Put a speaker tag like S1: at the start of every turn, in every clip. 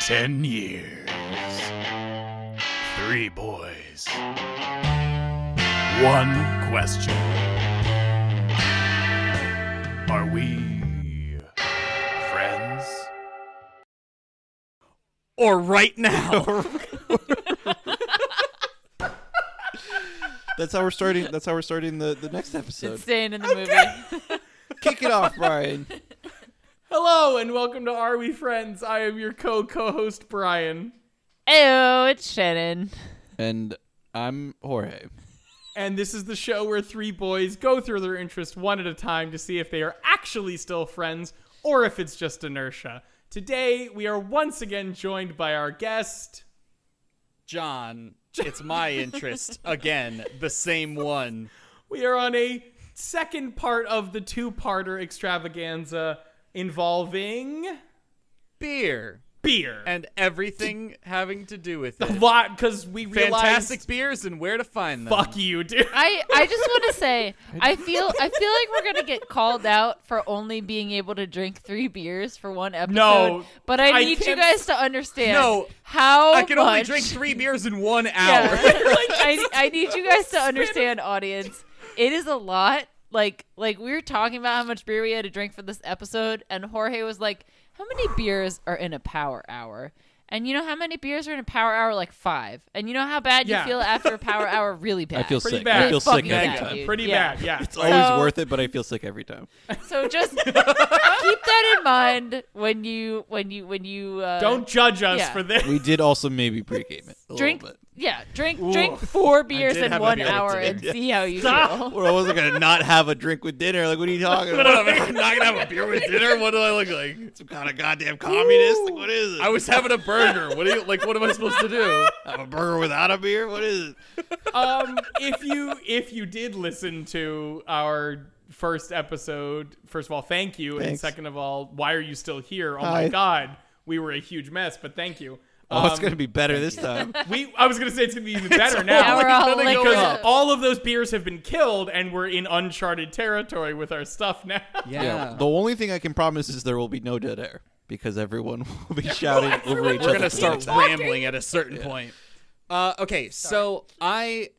S1: Ten years. Three boys. One question. Are we friends?
S2: Or right now.
S3: That's how we're starting. That's how we're starting the, the next episode.
S4: It's staying in the movie.
S3: Kick it off, Brian.
S5: Hello and welcome to Are We Friends? I am your co co host Brian.
S4: Ew, it's Shannon.
S3: And I'm Jorge.
S5: And this is the show where three boys go through their interests one at a time to see if they are actually still friends or if it's just inertia. Today, we are once again joined by our guest.
S2: John, it's my interest. Again, the same one.
S5: We are on a second part of the two parter extravaganza involving
S2: Beer.
S5: beer.
S2: And everything having to do with
S5: a
S2: it.
S5: lot, because we
S2: Fantastic
S5: realized.
S2: beers and where to find them.
S5: Fuck you, dude.
S4: I, I just want to say I feel I feel like we're gonna get called out for only being able to drink three beers for one episode.
S5: No,
S4: but I
S5: I
S4: need you
S5: can't-
S4: guys to understand.
S2: No,
S4: how
S2: I can only
S4: much-
S2: drink three beers in one
S4: Yeah.
S2: hour.
S4: I, I need you guys to understand, audience. It is a lot. Like like we were talking about how much beer we had to drink for this episode, and Jorge was like, "How many beers are in a power hour?" And you know how many beers are in a power hour? Like five. And you know how bad
S5: Yeah.
S4: you feel after a power hour? Really bad.
S3: I feel
S5: Pretty
S3: sick.
S5: bad.
S3: I feel
S4: Fuck
S3: sick
S4: you,
S3: every
S4: yeah,
S3: time.
S4: dude.
S5: Pretty
S4: Yeah.
S5: bad, yeah.
S3: It's always
S4: So-
S3: worth it, but I feel sick every time.
S4: So just keep that in mind when you when you when you uh,
S5: Don't judge us
S4: Yeah.
S5: for this.
S3: We did also maybe pregame it a
S4: drink.
S3: little bit.
S4: Yeah, drink drink four beers
S2: did
S4: in
S2: have a
S4: one
S2: beer
S4: hour
S2: today.
S4: and see how you feel.
S3: Well, I wasn't gonna not have a drink with dinner. Like, what are you talking about?
S2: I'm not gonna have a beer with dinner. What do I look like?
S3: Some kind of goddamn communist? Like, what is it?
S2: I was having a burger. What do you like? What am I supposed to do?
S3: have a burger without a beer. What is it?
S5: um, if you if you did listen to our first episode, first of all, thank you, and
S3: Thanks.
S5: second of all, why are you still here? Oh
S3: Hi.
S5: my god, we were a huge mess, but thank you.
S3: Oh, it's
S5: Um,
S3: gonna be better this time.
S5: we I was gonna say it's gonna be even better
S4: Now
S5: now
S4: we're all
S2: gonna go
S4: liquored
S5: because
S4: up.
S5: all of those beers have been killed, and we're in uncharted territory with our stuff now.
S3: Yeah. The only thing I can promise is there will be no dead air because everyone will be shouting over each other.
S2: We're gonna
S3: for the
S2: start
S3: next hour.
S2: rambling at a certain point. Uh, okay, so I,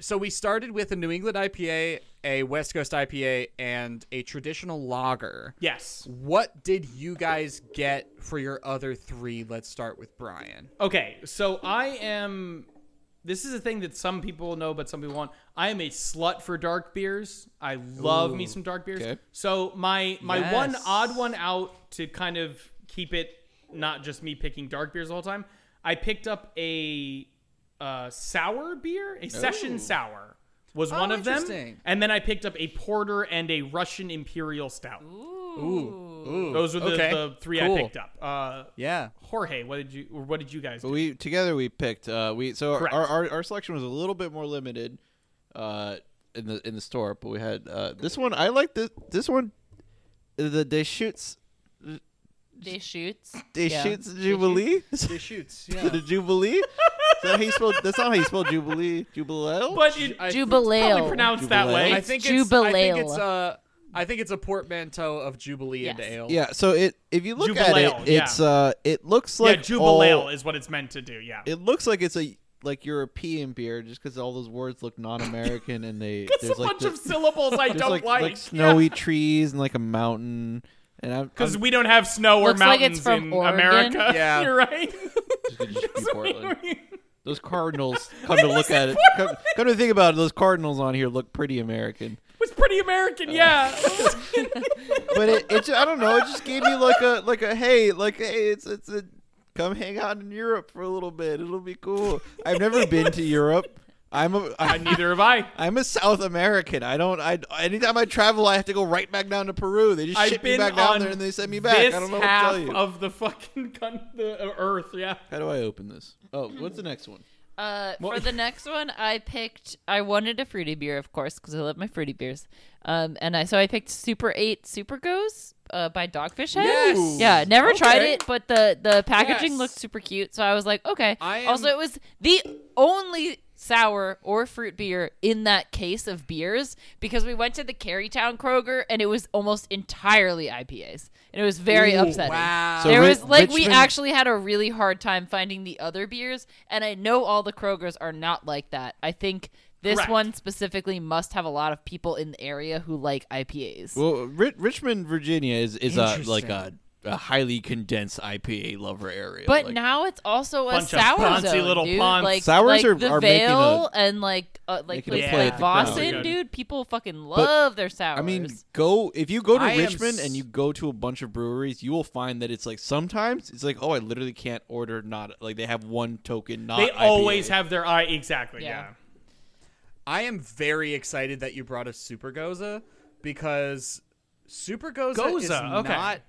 S2: so we started with a New England IPA, a West Coast IPA, and a traditional lager.
S5: Yes.
S2: What did you guys get for your other three? Let's start with Brian.
S5: Okay, so I am. This is a thing that some people know, but some people won't. I am a slut for dark beers. I love me some dark beers.
S3: okay.
S5: So my my one
S2: Yes.
S5: odd one out to kind of keep it not just me picking dark beers the whole time. I picked up a uh, sour beer, a session sour was one of them,
S2: Oh, interesting.
S5: and then I picked up a porter and a Russian imperial stout.
S2: Ooh, ooh.
S5: Those were the,
S2: okay,
S5: the three
S2: cool.
S5: I picked up. Uh,
S2: Yeah,
S5: Jorge, what did you or what did you guys?
S3: But
S5: Do?
S3: we together we picked uh we so our,
S5: Correct.
S3: our, our our selection was a little bit more limited uh in the in the store, but we had uh this one I like this this one the they shoots
S4: They shoots.
S3: they
S4: Yeah.
S3: shoots jubilee
S2: they shoots.
S3: the jubilee is that how you spell that's not how you spell jubilee jubilee
S5: But it, probably
S4: Jubileo.
S5: pronounced that
S3: Jubileo.
S5: way.
S2: I think it's. I think
S4: Jubileo.
S2: it's uh, I think it's a portmanteau of jubilee and
S4: Yes.
S2: ale.
S3: yeah so it if you look
S5: Jubileo,
S3: at it
S5: yeah.
S3: it's uh it looks like
S5: yeah, jubileo
S3: all-
S5: is what it's meant to do. Yeah,
S3: it looks like it's a like European beer just because all those words look non-American and they
S5: it's
S3: there's
S5: a
S3: like
S5: bunch
S3: the-
S5: of syllables I
S3: There's
S5: don't
S3: like,
S5: like.
S3: like snowy trees and like a mountain. And I'm,
S5: because
S3: I'm
S5: we don't have snow or
S4: Looks like it's from
S5: mountains in
S4: Oregon.
S5: America.
S2: Yeah.
S5: you're right.
S3: just gonna just be Portland. Those cardinals come to look at it. Come, come to think about it, those cardinals on here look pretty American.
S5: it's pretty American. Yeah,
S3: But it, it ju- I don't know. It just gave me like a like a hey like hey it's it's a come hang out in Europe for a little bit. It'll be cool. I've never been to Europe. I'm a
S5: Uh,
S3: I,
S5: neither have I.
S3: I'm a South American. I don't. I anytime I travel, I have to go right back down to Peru. They just
S5: I've
S3: ship me
S5: been
S3: back
S5: on
S3: down there and they send me back. I
S5: This
S3: don't know what to
S5: half
S3: tell you.
S5: of the fucking con- the uh, Earth. Yeah,
S3: How do I open this? Oh, what's the next one?
S4: Uh, for the next one, I picked. I wanted a fruity beer, of course, because I love my fruity beers. Um, and I so I picked Super Eight Super Goes uh, by Dogfish Head.
S2: Yes!
S4: Yeah, never tried
S2: Okay.
S4: it, but the the packaging
S2: Yes.
S4: looked super cute, so I was like, okay.
S2: I am-
S4: Also, it was the only sour or fruit beer in that case of beers because we went to the Carytown Kroger and it was almost entirely IPAs. and it was very
S2: Ooh,
S4: upsetting.
S2: Wow.
S3: So
S4: there
S3: Ri-
S4: was like we
S3: Richmond-
S4: actually had a really hard time finding the other beers, and I know all the Krogers are not like that. I think this
S5: Correct.
S4: one specifically must have a lot of people in the area who like IPAs.
S3: Well, Ri- Richmond, Virginia is is a like a,
S2: Interesting.
S3: a highly condensed IPA lover area.
S4: but
S3: like,
S4: now it's also a
S5: Bunch of
S4: sour
S5: poncy
S4: zone,
S5: little
S4: dude.
S5: ponce.
S4: Like,
S3: Sours
S4: like
S3: are-
S4: the
S3: are making
S4: Vale and like uh, like
S3: making a
S4: places
S5: play
S4: like
S5: at the crowd.
S4: Boston,
S5: Really good.
S4: dude. People fucking love their sours.
S3: I mean, go if you go to
S2: I am
S3: Richmond
S2: s-
S3: and you go to a bunch of breweries, you will find that it's like sometimes it's like, oh, I literally can't order not like they have one token not.
S5: They
S3: IPA.
S5: always have their eye. Exactly. Yeah.
S4: Yeah.
S2: I am very excited that you brought us Super Goza because Super Goza, is
S5: Goza, okay.
S2: not.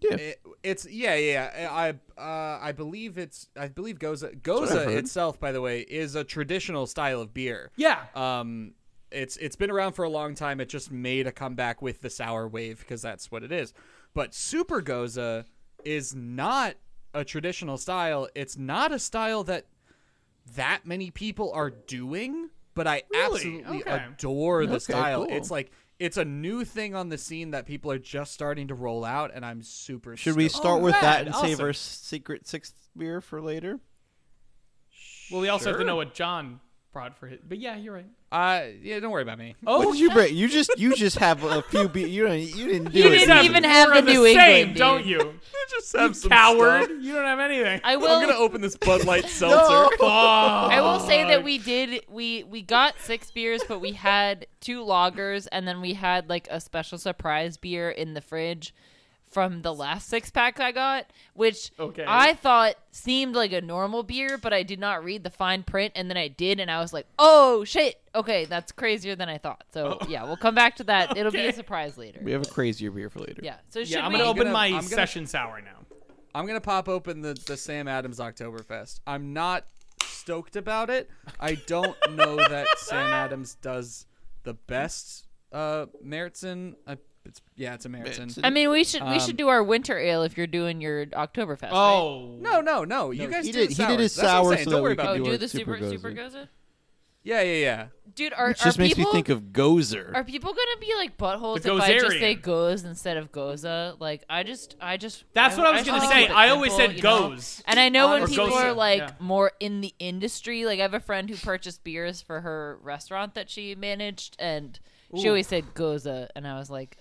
S3: Yeah.
S2: it- it's yeah, yeah. yeah. I uh, I believe it's I believe Goza Goza
S3: heard.
S2: itself, by the way, is a traditional style of beer.
S5: Yeah.
S3: Uh,
S2: Um, it's it's been around for a long time. It just made a comeback with the sour wave because that's what it is. But Super Goza is not a traditional style. It's not a style that that many people are doing. But I
S5: Really?
S2: absolutely
S5: Okay.
S2: adore the
S3: Okay,
S2: style.
S3: cool.
S2: It's like it's a new thing on the scene that people are just starting to roll out, and I'm super.
S3: Should we
S2: stoked.
S3: start with that
S5: rad,
S3: and save
S5: awesome.
S3: our secret sixth beer for later?
S5: Well, we also have to know what John brought for it. But yeah, you're right.
S2: Uh, yeah, don't worry about me.
S5: Oh,
S3: what did you bring? You just you just have a few beer. You don't, you didn't do
S4: You
S3: it.
S4: didn't
S3: did you?
S4: even have
S5: We're
S4: the New England,
S5: same,
S4: dude.
S5: don't you?
S2: just have some
S5: Coward. You don't have anything.
S4: I will.
S2: I'm gonna open this Bud Light seltzer.
S5: Fuck.
S4: I will say
S5: Oh.
S4: that we did we we got six beers, but we had two lagers, and then we had like a special surprise beer in the fridge from the last six pack I got, which
S5: Okay.
S4: I thought seemed like a normal beer, but I did not read the fine print, and then I did, and I was like, oh shit, okay, that's crazier than I thought. So yeah, we'll come back to that. It'll be a
S5: Oh. Okay.
S4: surprise later.
S3: We have a crazier beer for later.
S4: yeah. So should
S5: Yeah, I'm
S4: we?
S5: gonna open
S2: gonna-
S5: my
S2: I'm gonna-
S5: session sour now.
S2: I'm gonna pop open the the Sam Adams Oktoberfest. I'm not stoked about it. I don't know that Sam Adams does the best uh Meritzen. I, it's yeah, it's a Meritzen.
S3: Meritzen.
S4: I mean, we should we
S2: Um,
S4: should do our winter ale if you're doing your Oktoberfest. right?
S5: Oh
S2: No, no, no. You guys
S3: he
S2: did,
S3: did- he did his
S2: sours. That's what I'm
S3: sour so
S2: saying. don't
S3: that
S2: worry
S3: we could
S2: about
S4: oh,
S2: it.
S3: do
S4: do
S3: our
S4: the super
S3: Super
S4: super,
S3: Goza.
S4: goza.
S2: Yeah, yeah, yeah.
S4: Dude, are,
S3: It just
S4: are
S3: makes
S4: people
S3: me think of Gozer.
S4: are people gonna be like buttholes
S5: The
S4: if I just say
S5: Gozerian.
S4: goes instead of goza? Like I just I just
S5: That's what I was
S4: just
S5: gonna
S4: wanna
S5: say.
S4: keep it
S5: I always
S4: simple,
S5: said
S4: you know?
S5: goes.
S4: And I know when
S2: Honestly.
S4: people are
S5: Goza,
S4: like
S5: yeah.
S4: more in the industry, like I have a friend who purchased beers for her restaurant that she managed and she always said goza and I was like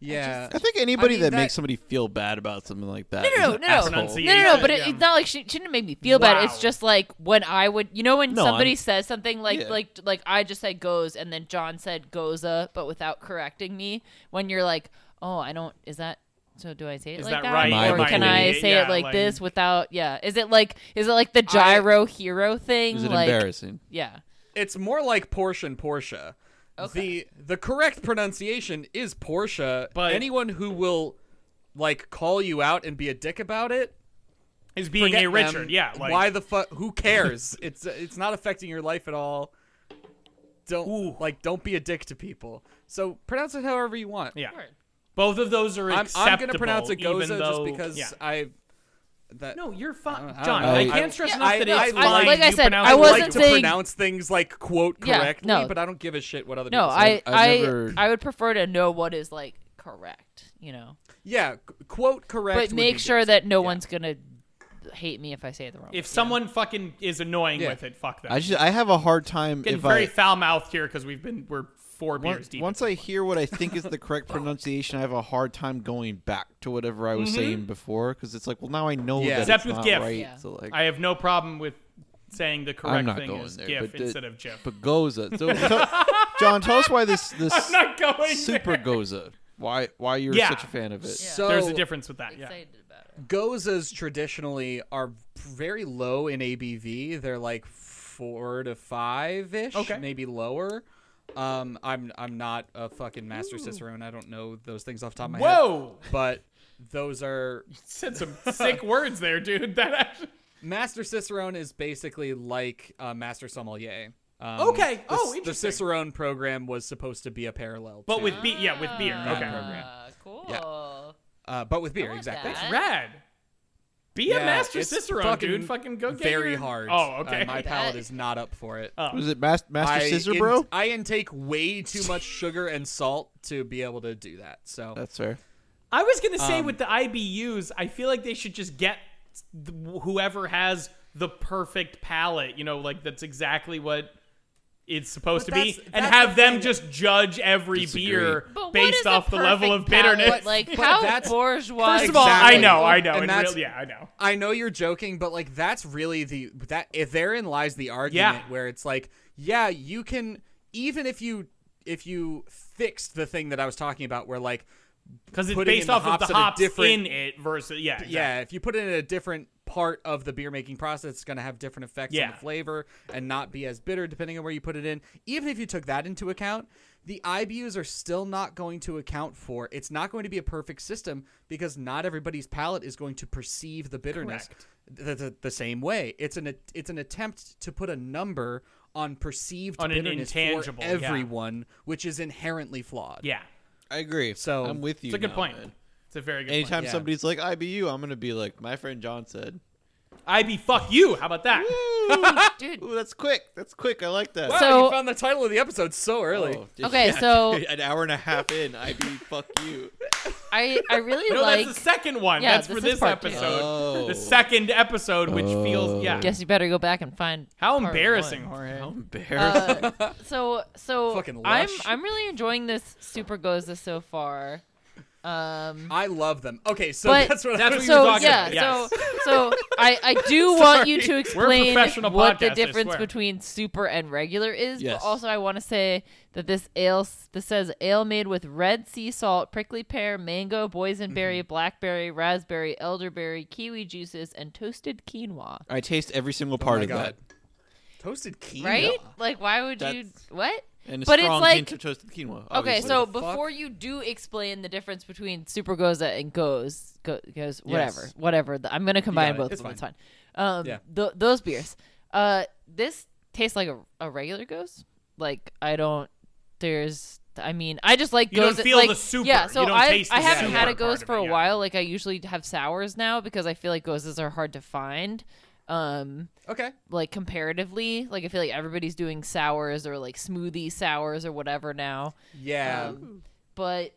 S2: Yeah.
S3: I think anybody
S2: mean,
S3: that,
S2: that-
S3: makes somebody feel bad about something like that. is
S4: no, no,
S3: an
S4: no, no, no,
S3: asshole.
S5: Pronunciation.
S4: no, no. But it,
S5: Yeah.
S3: um,
S4: it's not like she, she didn't make me feel bad. It's
S5: Wow.
S4: just like when I would, you know, when
S3: No,
S4: somebody
S3: I'm-
S4: says something like,
S3: Yeah.
S4: like, like I just said goes, and then John said goza, but without correcting me. When you're like, oh, I don't, is that so? Do I say it
S5: Is
S4: like
S5: that
S4: that,
S5: right?
S3: Am
S4: or
S3: I
S4: can
S3: doing
S4: I
S5: it?
S4: say
S5: Yeah,
S4: it like,
S5: like-
S4: this without? Yeah, is it like, is it like the gyro hero thing?
S3: Is it
S4: like,
S3: embarrassing?
S4: yeah.
S2: It's more like Porsche and Porsche.
S4: Okay.
S2: The the correct pronunciation is Porsche.
S5: But-
S2: anyone who will like call you out and be a dick about it,
S5: is being
S2: forget
S5: a Richard.
S2: them.
S5: Yeah. Like,
S2: why the fuck? Who cares? it's it's not affecting your life at all. Don't
S5: Ooh.
S2: like don't be a dick to people. So pronounce it however you want.
S5: Yeah.
S4: Sure.
S5: Both of those are
S2: I'm,
S5: acceptable.
S2: I'm gonna pronounce it
S5: even
S2: Goza
S5: though,
S2: just because
S5: yeah.
S2: I. That
S5: No, you're
S2: I
S5: fine,
S2: don't- I
S5: John.
S3: don't
S5: I,
S3: know.
S5: can't stress
S4: Yeah,
S5: enough
S2: I-
S5: that
S2: I-
S5: it's
S2: I-
S5: fine.
S4: like I
S5: You
S4: said,
S5: pronounce
S4: I
S5: it
S2: I like
S4: wasn't
S2: to
S4: saying-
S2: pronounce things like quote
S4: Yeah,
S2: correctly,
S4: no.
S2: but I don't give a shit what other
S4: No,
S2: people say. Uh,
S4: I,
S3: I've
S4: I,
S3: never-
S4: I would prefer to know what is like correct. You know.
S2: Yeah, c- quote correct.
S4: but
S2: would
S4: make
S2: be
S4: sure
S2: good.
S4: that no one's gonna hate me if I say it the wrong. way.
S5: If someone fucking is annoying
S2: Yeah.
S5: with it, fuck them.
S3: I just I have a hard time
S5: getting
S3: if
S5: very
S3: I
S5: foul mouthed here because we've been we're four
S3: Once-
S5: beers deep.
S3: Once I hear what I think is the correct pronunciation, I have a hard time going back to whatever I was saying before because it's like, well, now I know
S2: Yeah.
S3: that
S5: Mm-hmm. Except
S3: it's
S5: with
S3: not
S5: GIF.
S3: right.
S4: Yeah.
S3: So like,
S5: I have no problem with saying the
S3: am
S5: correct
S3: not
S5: thing
S3: going
S5: is
S3: there.
S5: GIF
S3: but the-
S5: instead of GIF.
S3: But Goza. So, tell- John, tell us why this this
S5: I'm not going
S3: super Goza. Why why you're
S5: Yeah.
S3: such a fan of it?
S2: So
S5: There's a difference with that. Yeah.
S4: excited about it.
S2: Gozas traditionally are very low in ABV. They're like four to five ish,
S5: Okay.
S2: maybe lower. Um, I'm I'm not a fucking master cicerone. I don't know those things off the top of my
S5: Whoa!
S2: head. But those are
S5: Said some sick words there, dude. That actually.
S2: master cicerone is basically like uh, master sommelier. Um,
S5: Okay.
S2: the-
S5: Oh,
S2: the
S5: interesting.
S2: cicerone program was supposed to be a parallel,
S5: But
S2: to-
S5: with beer, yeah, with beer.
S2: That
S5: Okay.
S2: program.
S4: Uh, cool.
S2: uh, but with beer
S4: want
S2: exactly.
S4: that.
S5: Rad. Be a
S2: Yeah,
S5: master
S2: it's
S5: Cicerone,
S2: fucking
S5: dude. Fucking go get
S2: Very
S5: your-
S2: hard.
S5: Oh,
S2: Uh,
S5: okay.
S2: my
S4: That-
S2: palate is not up for it.
S5: Oh.
S3: Was it Mas- Master
S2: I
S3: Scissor
S2: in-
S3: Bro?
S2: I intake way too much sugar and salt to be able to do that. So
S3: That's fair.
S5: I was gonna say with the IBUs, I feel like they should just get th- whoever has the perfect palette. You know, like that's exactly what it's supposed to
S2: But
S5: be,
S2: that's-
S5: and
S2: that's
S5: have
S2: the
S5: them
S2: thing.
S5: just judge every
S3: Disagree.
S5: beer
S4: But what is
S5: based
S4: a
S5: off the level of
S4: perfect
S5: bitterness.
S4: palate? Like
S2: But
S4: how
S2: that's-
S4: bourgeois.
S5: First of all,
S2: Exactly.
S5: I know, I know,
S2: And
S5: and
S2: that's-
S5: yeah, I know.
S2: I know you're joking, but like that's really the that if therein lies the argument
S5: Yeah.
S2: where it's like, yeah, you can even if you if you fixed the thing that I was talking about where like
S5: Because it's
S2: putting in
S5: based
S2: the
S5: off of
S2: hops
S5: the
S2: at a
S5: hops
S2: different-
S5: in it versus yeah, exactly.
S2: yeah, if you put it in a different part of the beer making process, it's going to have different effects on
S5: Yeah.
S2: the flavor and not be as bitter depending on where you put it in. Even if you took that into account, the IBUs are still not going to account for. It's not going to be a perfect system because not everybody's palate is going to perceive the bitterness
S5: Correct.
S2: the, the, the same way. It's an it's an attempt to put a number on perceived
S5: On an
S2: bitterness
S5: intangible,
S2: for
S5: yeah.
S2: everyone, which is inherently flawed.
S5: yeah.
S3: I agree.
S2: So-
S3: I'm with you.
S5: It's a good
S3: now,
S5: point.
S3: man.
S5: It's a very good
S3: Anytime
S2: Yeah.
S3: somebody's like IBU, I'm gonna be like, my friend John said.
S5: point. IB, fuck you. How about that?
S4: Dude.
S3: Ooh, that's quick. That's quick. I like that.
S2: Wow,
S4: So-
S2: you found the title of the episode so early.
S3: Oh, dude.
S4: Okay, so-
S3: an hour and a half in, IBU, fuck you.
S4: I I really
S5: No,
S4: like.
S5: that's the second one.
S4: Yeah,
S5: that's for
S4: this
S5: this
S4: is part two.
S5: episode.
S3: Oh.
S5: The second episode, which feels yeah.
S4: Guess you better go back and find.
S5: How
S4: part
S5: embarrassing,
S4: one.
S5: Jorge.
S3: Embarrassed.
S4: Uh, So so
S2: Fucking
S4: I'm
S2: lush.
S4: I'm really enjoying this Super Goza so far. Um,
S2: I love them. Okay, so
S4: But-
S2: that's what
S5: That's
S2: I
S5: what
S2: was
S5: you
S4: so
S5: talking
S4: yeah,
S5: about, yes.
S4: so so I I do want you to
S2: Sorry.
S4: explain
S5: professional
S4: what
S5: podcasts, I
S4: the difference
S5: swear.
S4: between super and regular is.
S3: Yes.
S4: But also, I want to say that this ale s- this says ale made with red sea salt, prickly pear, mango, boysenberry, blackberry, raspberry, elderberry, kiwi juices, and toasted quinoa.
S3: I taste every single part
S2: my
S3: of
S2: God.
S3: that.
S2: Toasted quinoa.
S4: Right? Like, why would you
S3: That's-
S4: what?
S3: And a
S4: But it's
S3: strong
S4: like-
S3: hint of toasted quinoa.
S4: Okay,
S3: obviously.
S4: so
S2: the fuck?
S4: before you do explain the difference between Super Goza and Goes, Go, Goes, whatever, whatever, the, I'm gonna combine
S2: it.
S4: both
S2: It's
S4: of them.
S2: fine.
S4: It's fine. Um,
S2: Yeah.
S4: tho- those beers. Uh, this tastes like a, a regular Goes. Like I don't. There's. I mean, I just like
S5: You don't
S4: Goes.
S5: feel
S4: like,
S5: the super.
S4: Yeah.
S5: You
S4: So
S5: don't
S4: I
S5: taste the
S4: I haven't
S5: super
S4: had a
S5: part
S4: Goes
S5: of
S4: for
S5: it,
S4: a
S5: yeah.
S4: while. Like I usually have sours now because I feel like Gozes are hard to find. Um,
S2: Okay.
S4: like comparatively, like I feel like everybody's doing sours or like smoothie sours or whatever now
S2: Yeah.
S4: Um, but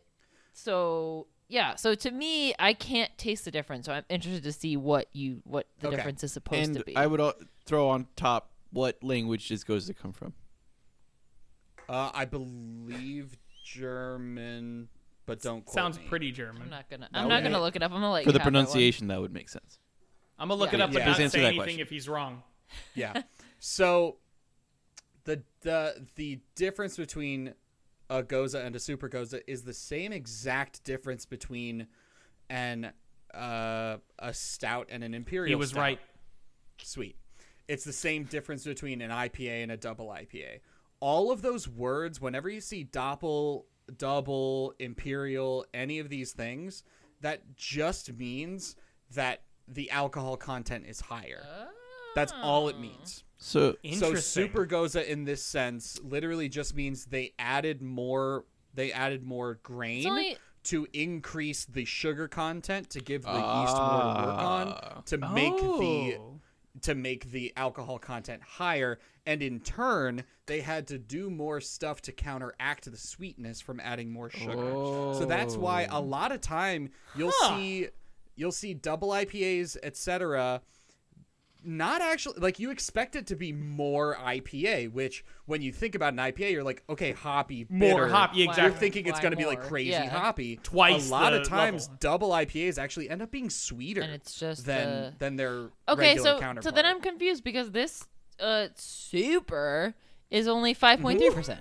S4: so yeah so to me i can't taste the difference so i'm interested to see what you what the
S2: Okay.
S4: difference is supposed
S3: and
S4: to be
S3: I would al- throw on top what language this goes to come from.
S2: uh, I believe German, but don't quote
S5: Sounds
S2: me.
S5: pretty German.
S4: i'm
S5: I'm,
S4: not gonna i'm
S3: would
S4: not
S3: be-
S4: gonna look it up i'm gonna let
S3: For
S4: you
S3: the
S4: have that one.
S3: pronunciation, that would make sense.
S5: gonna look it
S4: Yeah.
S5: up
S2: Yeah.
S5: and
S2: Please
S5: not
S3: answer
S5: say
S3: that
S5: anything
S3: question.
S5: if he's wrong.
S2: Yeah. So the the the difference between a goza and a super goza is the same exact difference between an uh, a stout and an imperial.
S5: He was
S2: stout.
S5: right.
S2: Sweet. It's the same difference between an IPA and a double IPA. All of those words, whenever you see doppel, double, imperial, any of these things, that just means that the alcohol content is higher. That's all it means.
S3: So
S2: So
S5: Interesting.
S2: super goza in this sense literally just means they added more they added more grain
S4: only-
S2: to increase the sugar content to give the yeast more to work on to make the
S5: Oh.
S2: to make the alcohol content higher and in turn they had to do more stuff to counteract the sweetness from adding more sugar so
S3: Oh.
S2: that's why a lot of time you'll see you'll see double ipas etc not actually like you expect it to be more ipa which when you think about an ipa you're like okay hoppy
S5: more
S2: bitter.
S5: hop. Yeah,
S4: Wow.
S5: exactly.
S2: you're thinking it's
S4: Why
S2: going to be like
S4: more?
S2: crazy
S4: Yeah.
S2: hoppy
S5: Twice
S2: a lot of
S5: the
S2: times
S5: level.
S2: double ipas actually end up being sweeter
S4: And it's just
S2: than
S4: the-
S2: than their
S4: okay
S2: regular
S4: so so
S2: counterpart.
S4: then i'm confused because this uh super is only 5.3%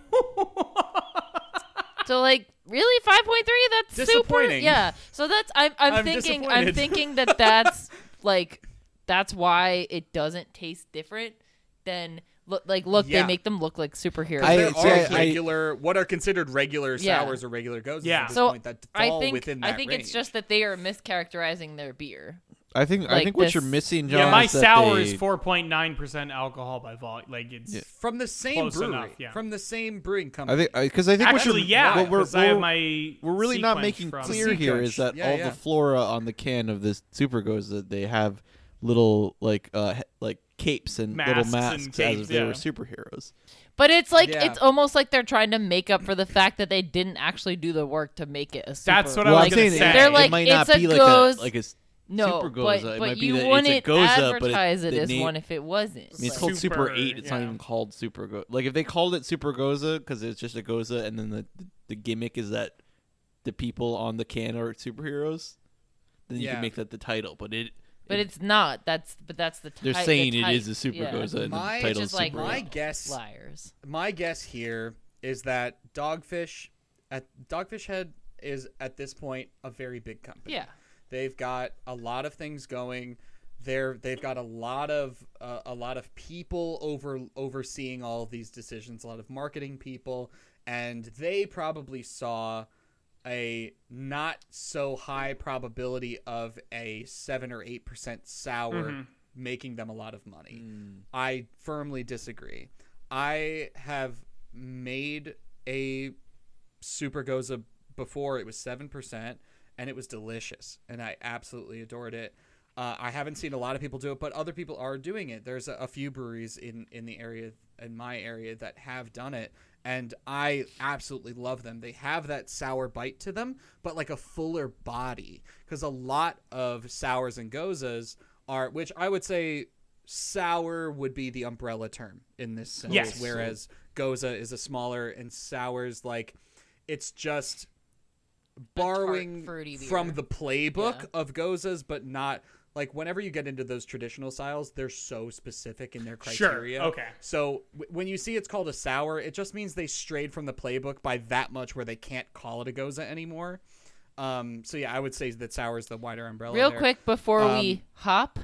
S4: so like really 5.3 that's super
S2: Disappointing.
S4: yeah so that's i'm, I'm,
S2: I'm
S4: thinking i'm
S2: disappointed.
S4: thinking that that's like that's why it doesn't taste different than look like look
S2: Yeah.
S4: they make them look like superheroes
S3: I-
S2: there
S3: see,
S2: are
S3: I- I-
S2: regular what are considered regular
S4: Yeah.
S2: sours or regular goes
S5: Yeah.
S2: at this
S4: so
S2: point that
S4: I
S2: fall
S4: think
S2: within
S4: I
S2: that
S4: think it's
S2: range.
S4: just that they are mischaracterizing their beer.
S3: I think I
S4: Like
S3: think what
S4: this-
S3: you're missing, John.
S5: Yeah, my
S3: is that
S5: sour
S3: they-
S5: is 4.9% alcohol by volume. Like it's
S2: from the same
S5: close
S2: brewery
S5: enough, yeah.
S2: from the same brewing
S3: I
S2: company.
S3: think because I think what
S5: actually
S3: you're
S5: yeah.
S3: what we're,
S5: 'cause I have
S3: we're-
S5: my
S3: we're really not
S5: sequence
S3: making
S5: from-
S3: clear here is that
S2: Yeah,
S3: all
S2: yeah.
S3: the flora on the can of this super goes that they have little like uh he- like capes and
S5: Masks
S3: little
S5: and
S3: masks as
S5: capes,
S3: if they
S5: yeah.
S3: were superheroes.
S4: But it's like
S2: Yeah.
S4: it's almost like they're trying to make up for the fact that they didn't actually do the work to make it a super.
S5: That's what I
S3: Well, I'm
S5: was
S4: like,
S5: gonna
S3: saying
S5: say.
S4: They're
S3: it
S4: like,
S3: might
S4: it's
S3: not
S4: a
S3: be
S4: goes-
S3: like a like a s-
S4: no,
S3: super goes
S4: but,
S3: up. It
S4: but
S3: might be
S4: you
S3: that it's a
S4: wouldn't
S3: goes up, but it-
S4: advertise it,
S3: the
S4: as
S3: name-
S4: one if it wasn't.
S3: I mean, it's
S4: Like-
S3: called Super
S5: Super,
S3: Eight. It's not
S5: yeah.
S3: even called Super Go. Like if they called it Super Goza because it's just a Goza, and then the the gimmick is that the people on the can are superheroes, then you
S2: Yeah.
S3: can make that the title. But it
S4: but it's not. That's but that's the.
S3: they're
S4: type-
S3: saying
S4: the
S3: it
S4: type.
S3: is a Super
S4: yeah.
S3: Goza, and
S2: My-
S3: the title is
S4: just like
S3: Super.
S2: My
S4: Real.
S2: guess
S4: Liars.
S2: my guess here is that Dogfish at Dogfish Head is at this point a very big company.
S4: Yeah.
S2: They've got a lot of things going. They're they've got a lot of uh, a lot of people over overseeing all of these decisions, a lot of marketing people, and they probably saw a not so high probability of a 7 or 8% sour making them a lot of
S3: Mm.
S2: money. I firmly disagree. I have made a Super Goza before. It was 7%, and it was delicious, and I absolutely adored it. Uh, I haven't seen a lot of people do it, but other people are doing it. There's a, a few breweries in, in the area, in my area, that have done it, and I absolutely love them. They have that sour bite to them, but like a fuller body, because a lot of sours and gozas are, which I would say sour would be the umbrella term in this sense,
S5: Yes.
S2: whereas goza is a smaller, and sours like it's just borrowing
S4: fruity
S2: from
S4: beer.
S2: the playbook of gozas but not like whenever you get into those traditional styles they're so specific in their
S5: Sure,
S2: criteria
S5: okay.
S2: so w- when you see it's called a sour it just means they strayed from the playbook by that much where they can't call it a goza anymore um so yeah i would say that sour is the wider umbrella
S4: Real
S2: there.
S4: quick before
S3: Um,
S4: we hop,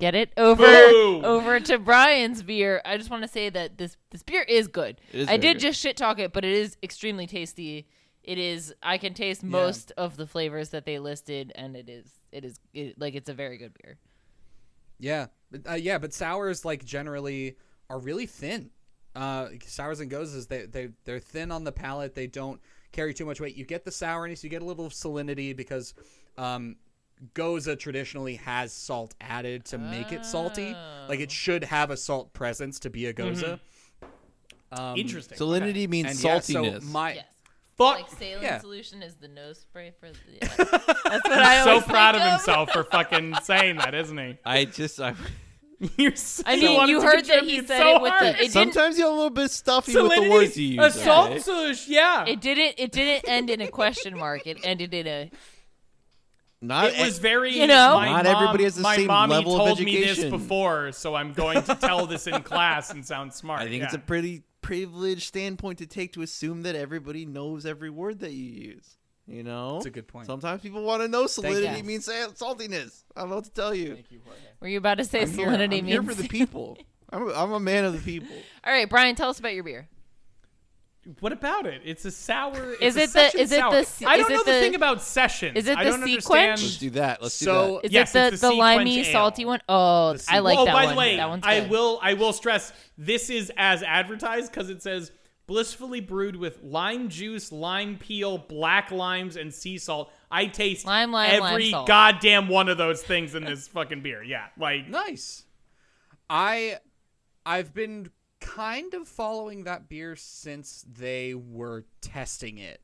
S4: get it over
S5: Boo!
S4: over to Brian's beer. I just want to say that this this beer is good.
S3: It is very
S4: I did
S3: good.
S4: just shit talk it, but it is extremely tasty. It is. I can taste most of the flavors that they listed, and it is. It is it, like it's a very good beer.
S2: Yeah, But, uh, yeah, but sours like generally are really thin. Uh, sours and gozes they they they're thin on the palate. They don't carry too much weight. You get the sourness, you get a little salinity because um, goza traditionally has salt added to make it salty. Like it should have a salt presence to be a goza. Um,
S5: Interesting.
S3: Salinity means
S2: And yeah, so
S3: saltiness.
S2: my
S4: Yes.
S5: Fuck.
S4: Like saline
S2: yeah.
S4: solution is the nose spray for the. Yeah. That's what I
S5: He's so
S4: always
S5: proud
S4: think
S5: of himself for fucking saying that, isn't he?
S3: I just I,
S5: You're so,
S4: I mean,
S5: wanted
S4: you
S5: to
S4: heard that he
S5: contribute
S4: said
S5: so
S4: it with
S5: hard.
S4: the. It didn't,
S3: sometimes you're a little bit stuffy with
S5: Salinity's
S3: the words you use.
S5: a salt
S3: okay?
S5: solution, yeah.
S4: it didn't. It didn't end in a question mark. It ended in a.
S3: Not
S5: It was very,
S4: You know?
S5: my
S3: Uh, eh, Not
S5: mom-
S3: everybody has the
S5: my
S3: same
S5: mommy
S3: level of
S5: told me this
S3: education.
S5: before, so I'm going to tell this in class and sound smart.
S3: I think it's a
S5: yeah.
S3: pretty privileged standpoint to take to assume that everybody knows every word that you use. You know,
S2: That's a good point.
S3: Sometimes people want to know salinity
S4: you.
S3: means sal- saltiness. I don't know what to tell you. Thank you.
S4: Were you about to say
S3: I'm here,
S4: salinity
S3: I'm
S4: means?
S3: here for the people. I'm a, I'm a man of the people.
S4: All right, Brian, tell us about your beer.
S5: What about it? It's a sour.
S4: Is
S5: it's
S4: it the-
S5: a session
S4: is it
S5: sour.
S4: the se-
S5: I
S4: is
S5: don't
S4: it
S5: know the,
S4: the-
S5: thing about sessions.
S4: is it
S5: I
S4: the
S5: don't
S4: sequench?
S5: understand-
S3: Let's do that. Let's
S2: So-
S3: do
S4: Is
S5: Yes,
S4: it the,
S5: it's
S4: the,
S5: the
S4: limey,
S5: sequence ale.
S4: salty one? Oh, I like
S5: oh,
S4: that
S5: by
S4: one.
S5: the way,
S4: that one's
S5: I
S4: good.
S5: will I will stress this is as advertised because it says blissfully brewed with lime juice, lime peel, black limes, and sea salt. I taste
S4: Lime, lime, lime,
S5: every
S4: salt.
S5: goddamn one of those things in this fucking beer. Yeah, like
S2: Nice. I I've been kind of following that beer since they were testing it.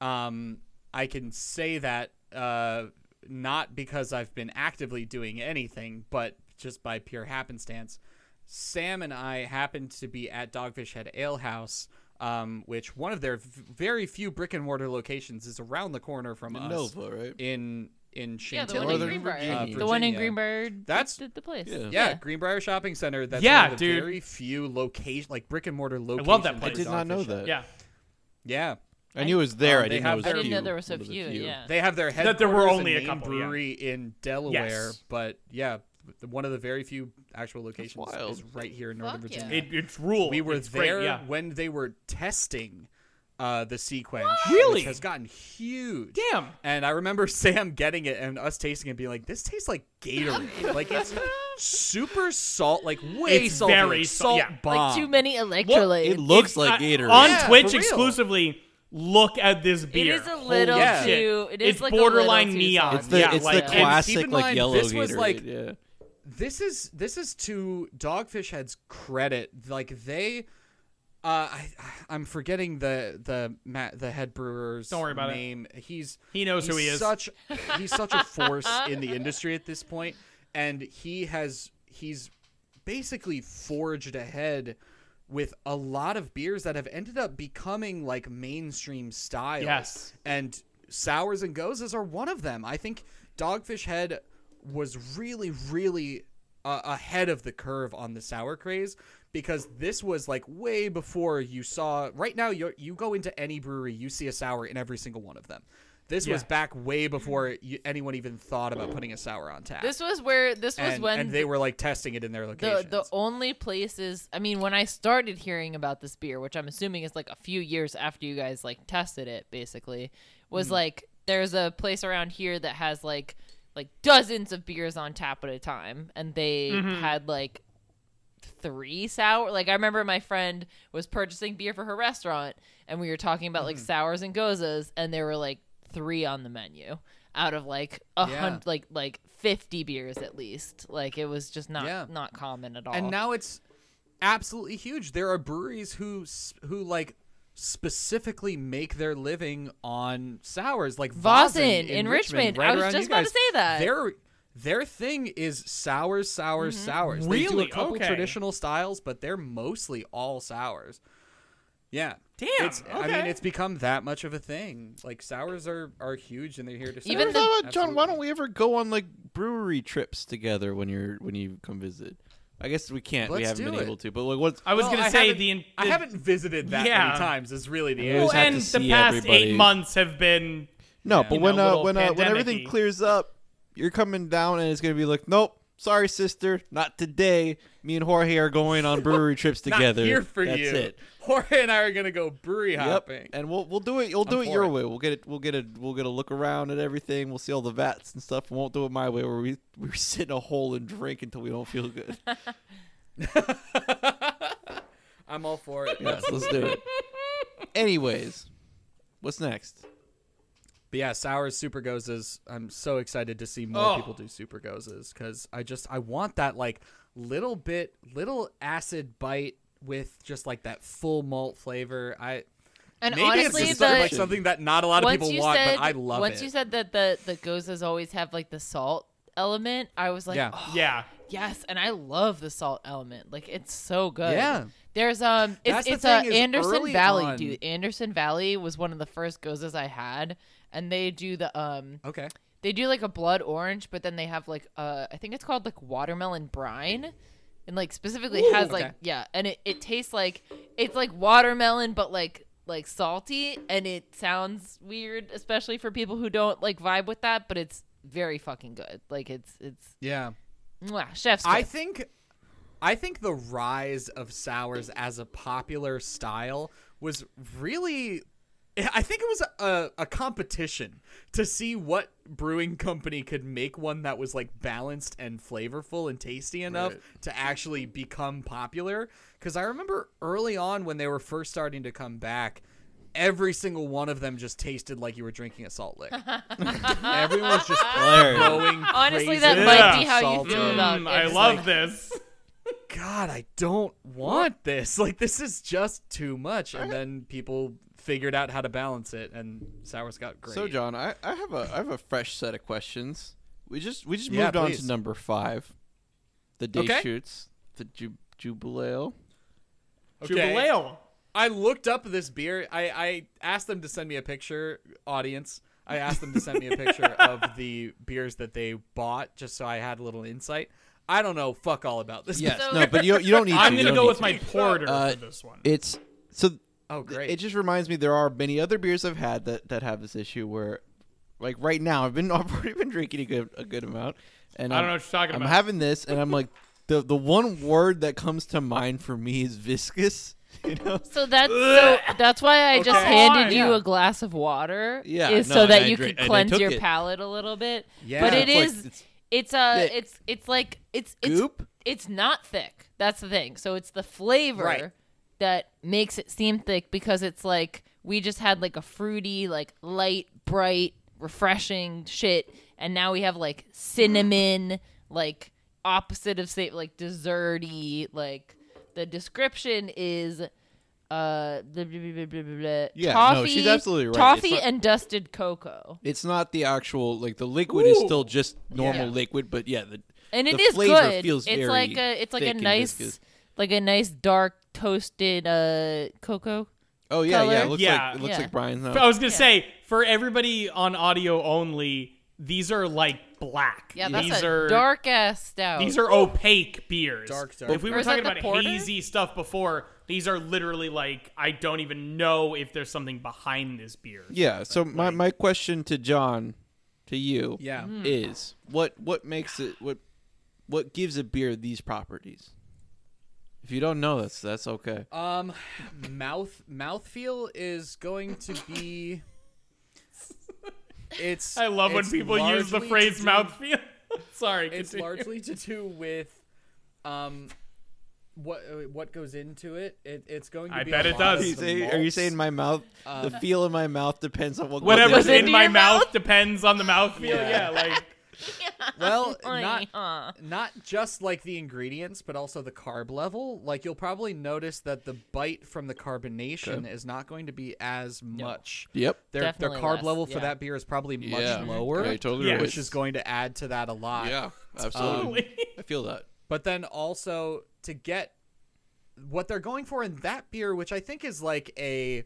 S2: Um I can say that uh not because I've been actively doing anything, but just by pure happenstance. Sam and I happened to be at Dogfish Head Ale House, um, which one of their v- very few brick and mortar locations is around the corner from
S3: that.
S2: us
S3: Nova, right?
S2: in in
S4: Yeah,
S2: Chantilly.
S4: the
S2: uh,
S4: one in
S3: Northern
S4: Greenbrier.
S3: Virginia.
S4: the one in
S2: Virginia.
S4: Greenbrier.
S2: That's-
S4: did the place.
S3: Yeah.
S2: Yeah, Greenbrier Shopping Center. That's
S5: Yeah,
S2: one of the
S5: dude.
S2: very few location, like brick and mortar
S5: that
S2: locations.
S5: place.
S3: I
S2: for
S3: did not know
S2: Dogfish Head.
S3: that.
S5: yeah.
S2: Yeah,
S3: I knew it was there.
S2: Um,
S3: I
S2: they
S3: didn't
S2: have
S3: know it was
S2: their-
S4: I didn't know
S3: few.
S4: there were so
S3: One of the
S4: few. Yeah.
S2: they have their headquarters
S5: That there were only
S2: and
S5: a
S2: main
S5: couple, yeah.
S2: brewery in Delaware,
S5: Yes.
S2: but yeah, th- one of the very few actual locations
S3: wild.
S2: is right here in Northern
S4: Fuck yeah.
S2: Virginia.
S5: It, it's rule.
S2: we were
S5: It's great,
S2: there
S5: yeah.
S2: when they were testing uh, the sequence,
S5: Really?
S2: which has gotten huge.
S5: Damn.
S2: And I remember Sam getting it and us tasting it and being like, this tastes like Gatorade. like, it's super salt, like way
S5: It's
S2: salty.
S5: very
S2: like
S5: sal-
S2: salt
S5: yeah. Like
S2: bomb.
S4: Like too many
S3: It
S4: electrolytes.
S3: looks
S5: It's,
S3: like
S5: uh,
S3: Gatorade.
S5: on
S2: Yeah,
S5: Twitch
S2: for real.
S5: exclusively. Look at this
S4: It
S5: beer.
S4: is a little
S2: Yeah.
S4: too. It is
S5: It's
S4: like
S5: borderline
S4: a little too
S5: neon.
S4: salty.
S3: It's the
S5: Yeah,
S3: it's
S5: like-
S3: the
S5: and
S2: keep in
S3: classic like
S2: mind,
S3: yellow
S2: this was,
S3: Gatorade.
S2: like,
S3: yeah.
S2: this is this is to Dogfish Head's credit. Like they Uh, I I'm forgetting the the ma the head brewer's
S5: Don't worry about it.
S2: name. He's
S5: He knows who
S2: he's
S5: he is.
S2: Such he's such a force in the industry at this point, and he has he's basically forged ahead with a lot of beers that have ended up becoming like mainstream styles.
S5: Yes.
S2: and sours and gozes are one of them. I think Dogfish Head was really really uh, ahead of the curve on the sour craze because this was like way before you saw right now you you go into any brewery you see a sour in every single one of them this was
S5: Yeah.
S2: back way before you, anyone even thought about putting a sour on tap
S4: This was where this was
S2: and,
S4: when
S2: and they were like testing it in their
S4: the
S2: locations
S4: the only places I mean when I started hearing about this beer, which I'm assuming is like a few years after you guys like tested it basically,
S2: Hmm.
S4: was like there's a place around here that has like like dozens of beers on tap at a time and they
S2: Mm-hmm.
S4: had like three sour like I remember my friend was purchasing beer for her restaurant and we were talking about
S2: Mm-hmm.
S4: like sours and gozas and there were like three on the menu out of like a
S2: Yeah.
S4: hundred like like 50 beers at least like it was just not
S2: Yeah.
S4: not common at all
S2: and now it's absolutely huge there are breweries who s- who like specifically make their living on sours like
S4: Vossen
S2: Vossen
S4: in
S2: in,
S4: Richmond.
S2: right
S4: I was
S2: around
S4: just
S2: you
S4: about to
S2: guys.
S4: say that.
S2: their their thing is sours sours
S4: Mm-hmm.
S2: sours they do
S5: Really?
S2: a couple
S5: Okay.
S2: traditional styles but they're mostly all sours yeah
S5: Damn,
S2: It's- i mean
S5: okay.
S2: it's become that much of a thing like sours are are huge and they're here to stay.
S4: Even
S3: Even
S4: the-
S3: though, John, why
S2: Absolutely.
S3: don't we ever go on like brewery trips together when you're when you come visit? I guess we can't. we
S2: Let's
S3: haven't
S2: do
S3: been
S2: it.
S3: able to. But like, what's
S5: I was
S2: Well,
S5: gonna say
S2: haven't-
S5: the, in-
S2: I
S5: the-
S2: haven't visited that
S5: Yeah.
S2: many times. Is really the
S3: Well,
S2: answer.
S5: well,
S3: have to
S5: and the
S3: see
S5: past
S3: everybody.
S5: eight months have been
S3: no?
S5: you
S3: But
S5: know,
S3: when uh,
S5: little
S3: when uh, when everything
S5: pandemic-y.
S3: clears up, you're coming down and it's gonna be like, nope, sorry, sister, not today. Me and Jorge are going on brewery trips
S2: Not
S3: together.
S2: here for
S3: That's
S2: you.
S3: it.
S2: Jorge and I are gonna go brewery
S3: Yep.
S2: hopping.
S3: And we'll we'll do it. You'll do
S2: I'm
S3: it
S2: for
S3: your
S2: it.
S3: way. We'll get it. We'll get a we'll get a look around at everything. We'll see all the vats and stuff. We won't do it my way where we we sit in a hole and drink until we don't feel good.
S2: I'm all for it.
S3: yes, let's do it. Anyways, what's next?
S2: But yeah, sours super gozes. I'm so excited to see more
S5: Oh.
S2: people do super gozes because I just I want that like little bit little acid bite with just like that full malt flavor. I
S4: and
S2: maybe
S4: honestly
S2: it's just
S4: the,
S2: like something that not a lot of
S4: once
S2: people
S4: you
S2: want,
S4: said
S2: but I love
S4: once
S2: it.
S4: you said that the the gozas always have like the salt element i was like
S2: Yeah.
S4: oh,
S5: yeah.
S4: yes and i love the salt element like it's so good
S2: Yeah.
S4: there's um it's,
S2: That's the
S4: it's a
S2: thing is
S4: anderson
S2: early
S4: valley
S2: on-
S4: dude anderson valley was one of the first gozas i had and they do the um
S2: okay.
S4: They do like a blood orange, but then they have like uh I think it's called like watermelon brine. And like specifically has like
S2: okay.
S4: yeah, and it, it tastes like it's like watermelon but like like salty and it sounds weird, especially for people who don't like vibe with that, but it's very fucking good. Like it's it's
S2: Yeah.
S4: mwah, chef's
S2: I
S4: kiss.
S2: think I think the rise of sours as a popular style was really I think it was a, a competition to see what brewing company could make one that was like balanced and flavorful and tasty enough to actually become popular. Because I remember early on when they were first starting to come back, every single one of them just tasted like you were drinking a salt lick. Everyone's just
S3: Hilarious.
S2: going
S4: Honestly,
S2: crazy
S4: that
S2: with
S5: might
S4: be how you
S2: salt
S4: feel
S2: and-
S4: about
S5: Mm, I
S4: it's
S5: love
S4: like-
S5: this.
S2: God, I don't want this. Like, this is just too much. And then people figured out how to balance it, and sours got great.
S3: So, John, I, I have a I have a fresh set of questions. We just we just
S2: Yeah,
S3: moved on
S2: please.
S3: to number five, the day
S2: Okay.
S3: shoots, the ju- jubileo.
S2: Okay.
S5: Jubileo.
S2: I looked up this beer. I, I asked them to send me a picture, audience. I asked them to send me a picture of the beers that they bought just so I had a little insight. I don't know fuck all about this.
S3: Yes,
S4: So-
S3: no, but you you don't need. to,
S5: I'm
S3: you
S5: gonna
S3: don't
S5: go
S3: need
S5: with
S3: to.
S5: my porter
S3: Uh,
S5: for this one.
S3: It's so
S2: Oh, great.
S3: It just reminds me there are many other beers I've had that, that have this issue where, like right now, I've been I've already been drinking a good a good amount, and
S5: I
S3: I'm-
S5: don't know what you're talking
S3: I'm
S5: about.
S3: having this, and I'm like, the the one word that comes to mind for me is viscous. You know,
S4: So that's so that's why I just
S5: Okay.
S4: handed
S5: Fine.
S4: you
S5: Yeah.
S4: a glass of water.
S3: Yeah,
S4: is
S3: no,
S4: so
S3: and
S4: that
S3: I
S4: you
S3: dra-
S4: could
S3: and I
S4: cleanse
S3: took
S4: your
S3: it.
S4: palate a little bit.
S2: Yeah.
S4: but
S2: Yeah,
S4: it
S3: it's like-
S4: is
S3: it's
S4: it's, uh
S3: thick.
S4: it's it's like it's it's
S3: Goop?
S4: it's not thick. That's the thing. So it's the flavor
S2: Right.
S4: that makes it seem thick because it's like we just had like a fruity, like light, bright, refreshing shit, and now we have like cinnamon, like opposite of say like desserty, like the description is uh, blah, blah, blah, blah, blah, blah.
S3: Yeah,
S4: toffee,
S3: no, she's absolutely right. It's
S4: Toffee
S3: not-
S4: and dusted cocoa,
S3: It's not the actual like the liquid is
S5: Ooh.
S3: still just normal
S4: Yeah.
S3: liquid, but yeah, the
S4: and it
S3: the
S4: is
S3: flavor
S4: good.
S3: feels
S4: it's
S3: very
S4: like a it's like
S3: thick
S4: a
S3: and
S4: nice
S3: viscous.
S4: like a nice dark toasted uh cocoa.
S3: oh yeah, yeah,
S4: color.
S3: it looks
S5: Yeah.
S3: like it looks
S4: Yeah.
S3: like Brian's now.
S5: I was gonna say for everybody on audio only, these are like black.
S4: Yeah, that's
S5: these
S4: a
S5: are
S4: dark ass stout.
S5: These are opaque beers.
S2: Oh. Dark, dark.
S5: If we
S4: Or
S5: were
S4: is that
S5: talking
S4: the
S5: about
S4: porter?
S5: hazy stuff before, these are literally like I don't even know if there's something behind this beer.
S3: Yeah. So my, my question to John, to you,
S2: Yeah. Mm.
S4: Hmm.
S3: is what what makes it what what gives a beer these properties? If you don't know this, that's okay.
S5: Uh,
S2: Um, mouth mouthfeel is going to be. It's.
S5: I love when
S2: it's
S5: people use the
S2: largely to
S5: phrase
S2: do-
S5: mouthfeel. Sorry,
S2: It's
S5: continue.
S2: largely to do with, um, what uh, what goes into it. it it's going to
S5: I
S2: be.
S5: bet
S2: a
S5: it
S2: lot
S5: does.
S2: of
S3: Are you
S2: the
S3: saying, are you
S2: malts.
S3: saying my mouth?
S5: Uh,
S3: the feel in my mouth depends on what. goes
S5: Whatever's
S4: Was
S3: in it?
S4: it
S5: in
S4: in
S5: my
S4: your
S5: mouth?
S4: mouth?
S5: depends on the mouthfeel. Yeah,
S2: Yeah.
S5: like
S2: Well, not
S5: um,
S4: Uh,
S2: not just like the ingredients, but also the carb level. Like you'll probably notice that the bite from the carbonation is not going to be as much.
S3: Yep.
S2: Their, their
S4: Definitely
S2: carb
S4: less,
S2: level for
S4: yeah.
S2: that beer is probably much
S3: yeah.
S2: lower,
S3: I totally
S5: Yeah.
S3: right.
S2: which is going to add to that a lot.
S3: Yeah. Absolutely. I feel that.
S2: But then also to get what they're going for in that beer, which I think is like a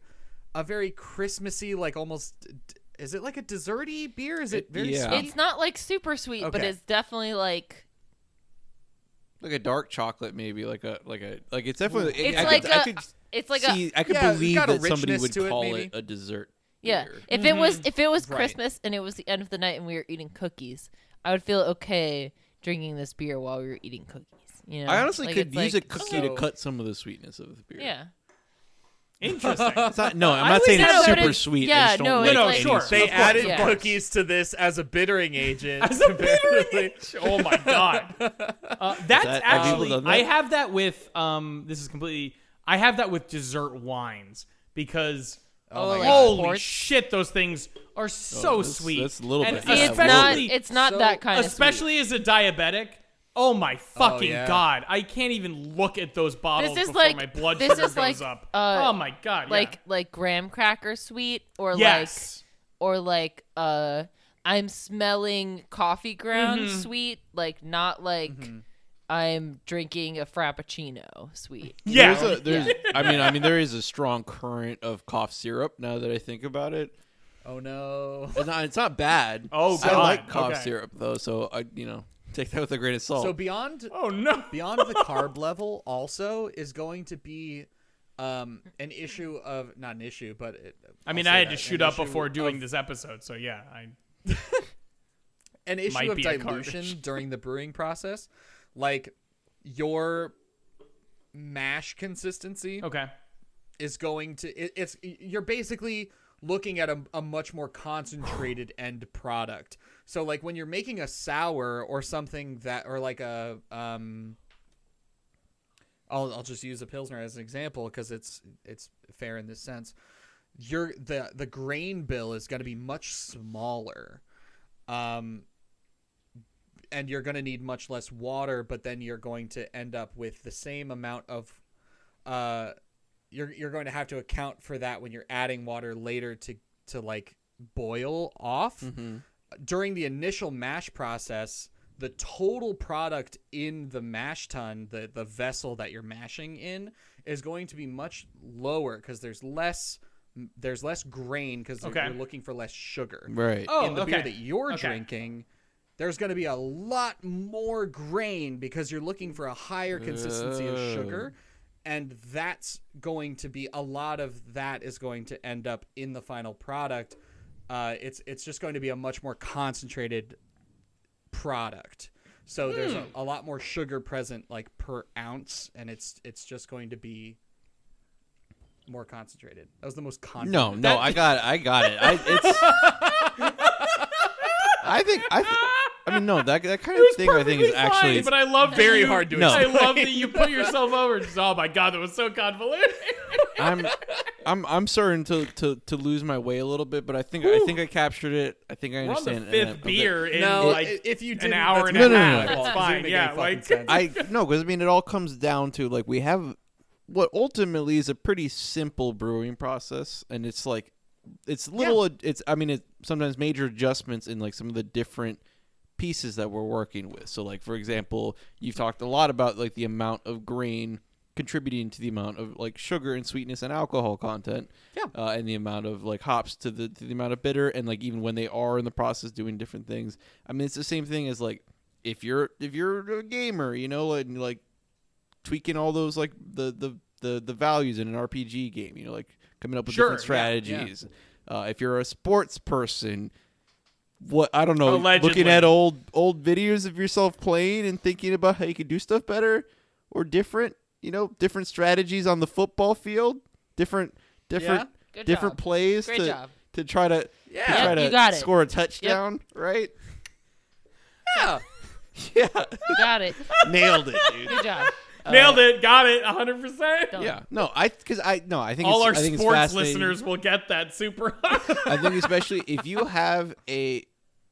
S2: a very Christmassy, like almost d- is it like a desserty beer? Is it
S3: It-
S2: very
S3: yeah.
S2: sweet?
S4: it's not like super sweet, but
S2: Okay.
S4: it's definitely like
S3: Like a dark chocolate, maybe like a like a like it's definitely.
S4: it's
S3: I
S4: like
S3: could,
S4: a
S3: I could
S4: it's like a
S3: see. I could
S2: Yeah, it's
S3: believe
S2: got a
S3: that somebody
S2: richness
S3: would
S2: to it,
S3: call
S2: maybe.
S3: it a dessert.
S4: Yeah.
S3: beer.
S4: If it
S5: Mm-hmm.
S4: was if it was
S2: Right.
S4: Christmas and it was the end of the night and we were eating cookies, I would feel okay drinking this beer while we were eating cookies. You know?
S3: I honestly
S4: Like,
S3: could
S4: it's
S3: use
S4: like-
S3: a cookie to
S2: So-
S3: cut some of the sweetness of the beer.
S4: Yeah.
S5: interesting.
S3: It's not, no, I'm
S5: I
S3: not
S5: would
S3: saying
S5: say
S3: it's
S5: that, but
S3: super
S4: it's-
S3: sweet.
S4: yeah,
S3: I just don't
S4: no,
S3: like
S4: it's
S5: like-
S3: any
S5: Sure.
S3: sweet-
S5: They
S2: They added
S4: yeah.
S2: cookies to this as a bittering agent.
S5: As a
S2: comparatively.
S5: oh my god, uh, that's
S3: that- have people
S5: actually.
S3: done that?
S5: I have that with. Um, this is completely. I have that with dessert wines because
S4: Oh, like
S5: holy
S4: ports?
S5: shit, those things are so
S3: Oh, that's-
S5: sweet.
S3: that's a little
S5: and
S3: bit-
S4: See, it's
S3: Absolutely.
S4: not
S5: especially
S4: it's not
S2: So-
S4: that kind of
S5: especially as a diabetic. Oh my fucking
S2: yeah.
S5: god! I can't even look at those bottles
S4: sweet. This is
S5: before
S4: like
S5: my blood
S4: this
S5: sugar
S4: is like
S5: goes up.
S4: uh,
S5: oh my god! yeah.
S4: like like graham cracker sweet or
S5: yes,
S4: like or like uh I'm smelling coffee ground
S5: Mm-hmm.
S4: sweet, like not like I'm drinking a frappuccino sweet.
S5: yeah.
S3: There's a, there's, I mean, I mean, there is a strong current of cough syrup. Now that I think about it,
S2: Oh no.
S3: it's not, it's not bad.
S5: Oh,
S3: I
S5: God.
S3: like cough
S5: Okay.
S3: syrup though, so I, you know, take that with a grain of salt.
S2: So beyond
S5: oh no.
S2: beyond the carb level also is going to be um an issue of not an issue but it,
S5: I mean,
S2: I'll say
S5: I had
S2: that,
S5: to
S2: an
S5: shoot up
S2: issue
S5: before doing
S2: of-
S5: this episode, so yeah. I,
S2: an
S5: might
S2: issue of
S5: be a carb issue.
S2: dilution during the brewing process like your mash consistency
S5: okay.
S2: is going to it, it's you're basically looking at a, a much more concentrated end product so like when you're making a sour or something that or like a um i'll, I'll just use a pilsner as an example because it's it's fair in this sense your the the grain bill is going to be much smaller um and you're going to need much less water but then you're going to end up with the same amount of uh you're you're going to have to account for that when you're adding water later to to like boil off
S3: Mm-hmm.
S2: during the initial mash process the total product in the mash tun the the vessel that you're mashing in is going to be much lower cuz there's less there's less grain cuz
S5: Okay.
S2: you're looking for less sugar
S3: right.
S5: Oh,
S2: in the
S5: okay.
S2: beer that you're
S5: Okay.
S2: drinking, there's going to be a lot more grain because you're looking for a higher consistency of
S3: Oh.
S2: sugar. And that's going to be a lot of that is going to end up in the final product. Uh, it's it's just going to be a much more concentrated product. So there's
S5: Hmm.
S2: a, a lot more sugar present like per ounce, and it's it's just going to be more concentrated. That was the most concentrated.
S3: No, no, I got it. I got it. I, it's. I think I. Th- I mean, no, that that kind of thing I think is
S5: Perfectly
S3: actually.
S5: fine, but I love that
S2: Very
S5: you-
S2: hard to
S3: No.
S5: I
S2: explain.
S5: love that you put yourself over. Just, oh my god, that was so convoluted.
S3: I'm I'm I'm starting to, to, to lose my way a little bit, but I think I think I captured it. I think I
S5: We're on the
S3: understand. and I-
S5: fifth
S3: okay.
S5: beer in
S2: No,
S5: like
S2: i- if you
S5: an
S2: didn't,
S5: hour
S2: that's
S5: and
S3: my
S5: a
S3: fault. No, no, no,
S5: half. It's
S2: no. It doesn't
S5: fine.
S2: make
S5: Yeah,
S2: any
S5: like
S2: fucking sense.
S3: I no, because I mean it all comes down to like we have what ultimately is a pretty simple brewing process, and it's like it's little. It's I mean, it sometimes major adjustments in like some of the different pieces that we're working with. So, like for example, you've talked a lot about like the amount of grain contributing to the amount of like sugar and sweetness and alcohol content.
S2: Yeah.
S3: Uh, and the amount of like hops to the to the amount of bitter and like even when they are in the process doing different things. I mean, it's the same thing as like if you're if you're a gamer, you know, and like tweaking all those like the the the, the values in an RPG game, you know, like coming up with
S5: Sure,
S3: different
S5: yeah, yeah.
S3: strategies. Uh, if you're a sports person, what I don't know,
S5: Allegedly.
S3: looking at old old videos of yourself playing and thinking about how you could do stuff better or different, you know, different strategies on the football field, different different
S4: Good
S3: different
S4: job.
S3: plays
S4: Great
S3: to
S4: job.
S3: to try to to
S5: Yeah.
S4: Yep,
S3: try
S4: you
S3: to
S4: got it.
S3: score a touchdown, right?
S2: Yeah.
S3: Yeah,
S4: You Got it.
S3: nailed it, dude.
S4: Good job.
S5: Nailed
S3: uh,
S5: it. Got it. 100%.
S4: Done.
S3: Yeah, no, I because I no, I think it's,
S5: All our
S3: I think it's
S5: sports
S3: fascinating.
S5: listeners will get that super.
S3: I think especially if you have a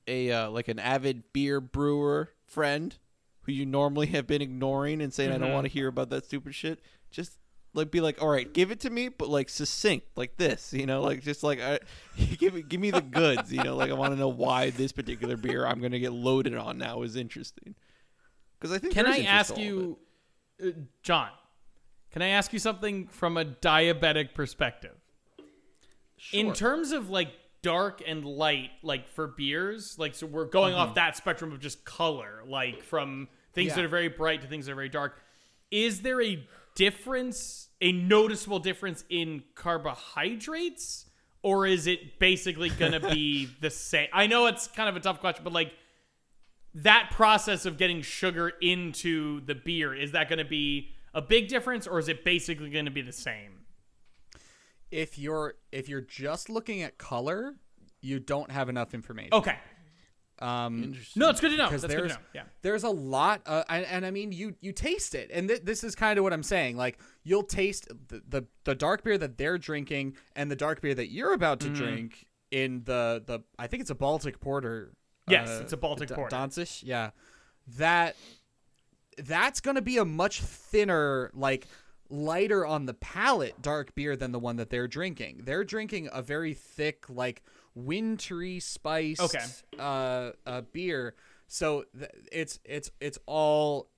S3: a uh, like an avid beer brewer friend who you normally have been ignoring and saying I
S5: Mm-hmm.
S3: don't want to hear about that stupid shit, just like be like, all right, give it to me, but like succinct, like this, you know, like just like I, give it, give me the goods, you know, like I want to know why this particular beer I'm gonna get loaded on now is interesting. Because I think
S5: Can
S3: there is
S5: I
S3: interest
S5: ask
S3: to all of it.
S5: you, uh, John? Can I ask you something from a diabetic perspective? In terms of like dark and light, like for beers, like so we're going
S3: Mm-hmm.
S5: off that spectrum of just color, like from things that
S2: Yeah.
S5: are very bright to things that are very dark. Is there a difference, a noticeable difference in carbohydrates, or is it basically going to be the same? I know it's kind of a tough question, but like that process of getting sugar into the beer is that going to be a big difference or is it basically going to be the same
S2: If you're if you're just looking at color, you don't have enough information.
S5: okay
S2: Um,
S5: no it's good to know
S2: because
S5: Oh, that's good to
S2: there's
S5: know yeah
S2: there's a lot uh, and, and i mean you you taste it and th- this is kind of what i'm saying like you'll taste the, the the dark beer that they're drinking and the dark beer that you're about to
S5: Mm-hmm.
S2: drink in the the i think it's a baltic porter
S5: Yes, it's a Baltic
S2: D-
S5: Porter.
S2: Danzig, yeah that that's gonna be a much thinner like lighter on the palate dark beer than the one that they're drinking they're drinking a very thick like wintry spiced
S5: Okay.
S2: uh, uh beer so th- it's it's it's all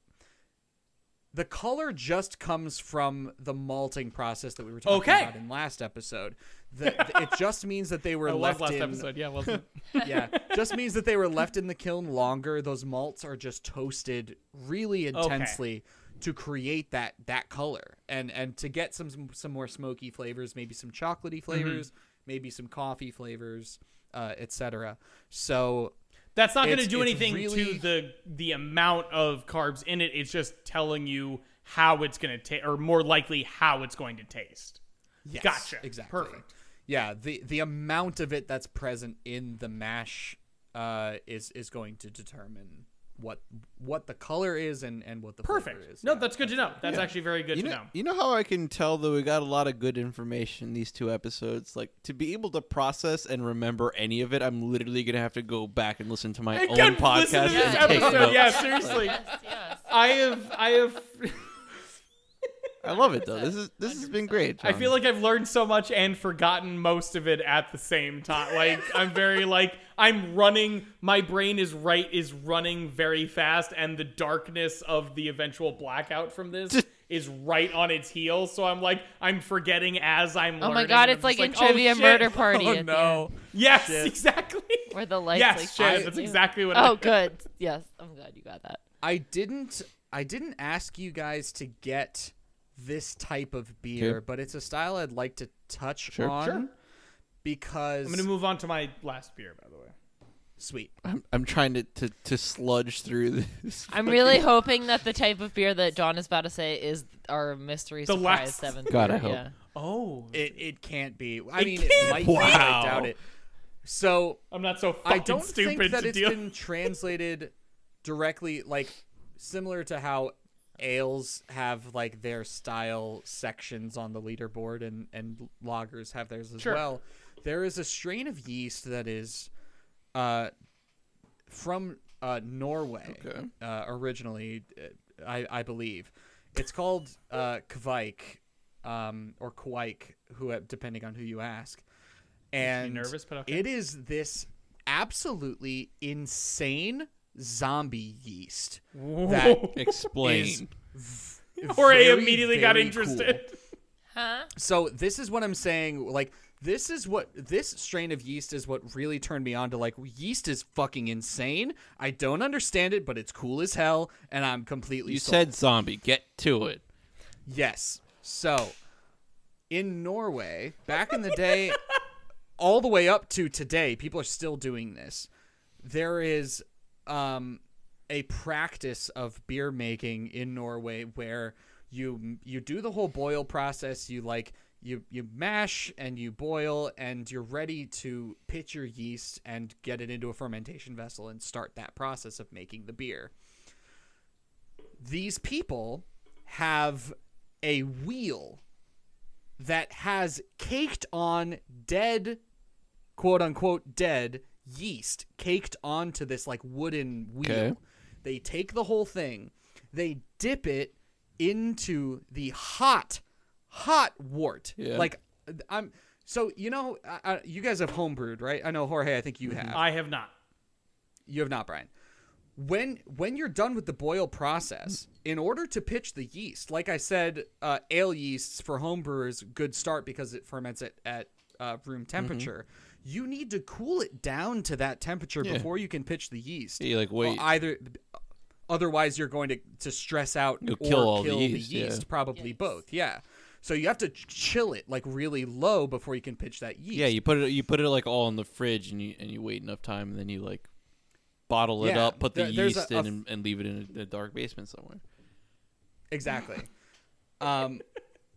S2: the color just comes from the malting process that we were talking
S5: Okay.
S2: about in last episode. The, it just means that they were
S5: i love
S2: left
S5: last
S2: in
S5: episode yeah well done.
S2: yeah, just means that they were left in the kiln longer. Those malts are just toasted really intensely to create that that color and and to get some some more smoky flavors, maybe some chocolatey
S5: Mm-hmm.
S2: flavors, maybe some coffee flavors, uh, etc. So
S5: that's not going to
S2: It's-
S5: do
S2: it's
S5: anything
S2: really-
S5: to the the amount of carbs in it it's just telling you how it's going to taste or more likely how it's going to taste
S2: Yes,
S5: Gotcha.
S2: Exactly.
S5: Perfect.
S2: Yeah, the the amount of it that's present in the mash uh, is is going to determine what what the color is and and what the flavor
S5: perfect
S2: is.
S5: no
S2: Yeah.
S5: that's good to know that's actually very good
S3: you
S5: to
S3: know,
S5: know
S3: you know how I can tell though we got a lot of good information in these two episodes. Like to be able to process and remember any of it, I'm literally gonna have to go back and listen to my
S5: Again,
S3: own
S5: listen
S3: podcast.
S5: to this
S3: and take
S5: episode
S3: notes.
S5: yeah seriously
S4: Yes, yes.
S5: i have i have
S3: I love it though. This is this has been great.
S5: I
S3: John.
S5: feel like I've learned so much and forgotten most of it at the same time. Like I'm very like I'm running. My brain is right is running very fast, and the darkness of the eventual blackout from this is right on its heels. So I'm like I'm forgetting as I'm.
S4: Oh my
S5: learning,
S4: god,
S5: and
S4: it's
S5: I'm
S4: like
S5: just
S4: in trivia
S5: oh, shit.
S4: murder party.
S2: Oh
S4: at the end,
S2: no!
S5: Yes,
S2: Shit.
S5: exactly.
S4: where the lights
S5: yes,
S4: like
S5: Shannon,
S4: flash
S5: that's
S4: too.
S5: exactly what.
S4: Oh
S5: I,
S4: good. Yes. I'm glad you got that.
S2: I didn't I didn't ask you guys to get this type of beer,
S3: Okay.
S2: but it's a style I'd like to touch
S3: Sure.
S2: on
S5: Sure.
S2: because
S5: I'm gonna move on to my last beer, by the way.
S2: sweet.
S3: I'm, I'm trying to, to, to sludge through this.
S4: I'm really hoping that the type of beer that John is about to say is our mystery
S5: The
S4: surprise
S5: last-
S4: seventh.
S3: God,
S4: beer,
S3: I hope.
S4: Yeah.
S5: Oh,
S2: It it can't be. I
S5: It
S2: mean,
S5: can't
S2: it might
S5: be.
S2: be. but I
S3: Wow.
S2: doubt it. So
S5: I'm not so fucking
S2: I don't
S5: stupid
S2: think that
S5: to
S2: it's
S5: deal.
S2: been translated directly, like similar to how ales have like their style sections on the leaderboard, and and lagers have theirs as
S5: Sure.
S2: well. There is a strain of yeast that is uh, from uh, Norway
S3: Okay.
S2: uh, originally, uh, I, I believe. It's called uh, Kvike, um, or Quake, who depending on who you ask. And
S5: nervous, but okay.
S2: it is this absolutely insane zombie yeast that
S3: Explain.
S2: is
S5: Jorge
S2: very,
S5: immediately got
S2: very
S5: interested.
S4: Huh?
S2: so this is what I'm saying. Like this is what this strain of yeast is what really turned me on to like yeast is fucking insane. I don't understand it, but it's cool as hell, and I'm completely.
S3: you
S2: sold.
S3: said zombie. Get to it.
S2: yes. So in Norway, back in the day, all the way up to today, people are still doing this. There is um, a practice of beer making in Norway where you you do the whole boil process. You like you you mash and you boil, and you're ready to pitch your yeast and get it into a fermentation vessel and start that process of making the beer. These people have a wheel that has caked on dead quote unquote dead yeast caked onto this like wooden wheel.
S3: Okay.
S2: They take the whole thing, they dip it into the hot, hot wort.
S3: Yeah.
S2: Like I'm so you know I, I, you guys have homebrewed, right? I know Jorge. I think you have.
S5: I have not.
S2: You have not, Brian. When when you're done with the boil process, in order to pitch the yeast, like I said, uh, ale yeasts for homebrewers good start because it ferments it at uh,
S3: Mm-hmm.
S2: room temperature. You need to cool it down to that temperature
S3: Yeah.
S2: before you can pitch the yeast.
S3: Yeah, like,
S2: Or
S3: wait.
S2: either otherwise you're going to to stress out
S3: You'll
S2: or
S3: kill all the
S2: kill the yeast,
S3: yeast, yeah.
S2: probably both. Yeah. So you have to ch- chill it like really low before you can pitch that yeast.
S3: Yeah, you put it. You put it like all in the fridge, and you and you wait enough time, and then you like bottle it
S2: Yeah,
S3: up, put the
S2: there- there's a-
S3: yeast
S2: a
S3: in,
S2: f-
S3: and, and leave it in a, a dark basement somewhere.
S2: Exactly. um,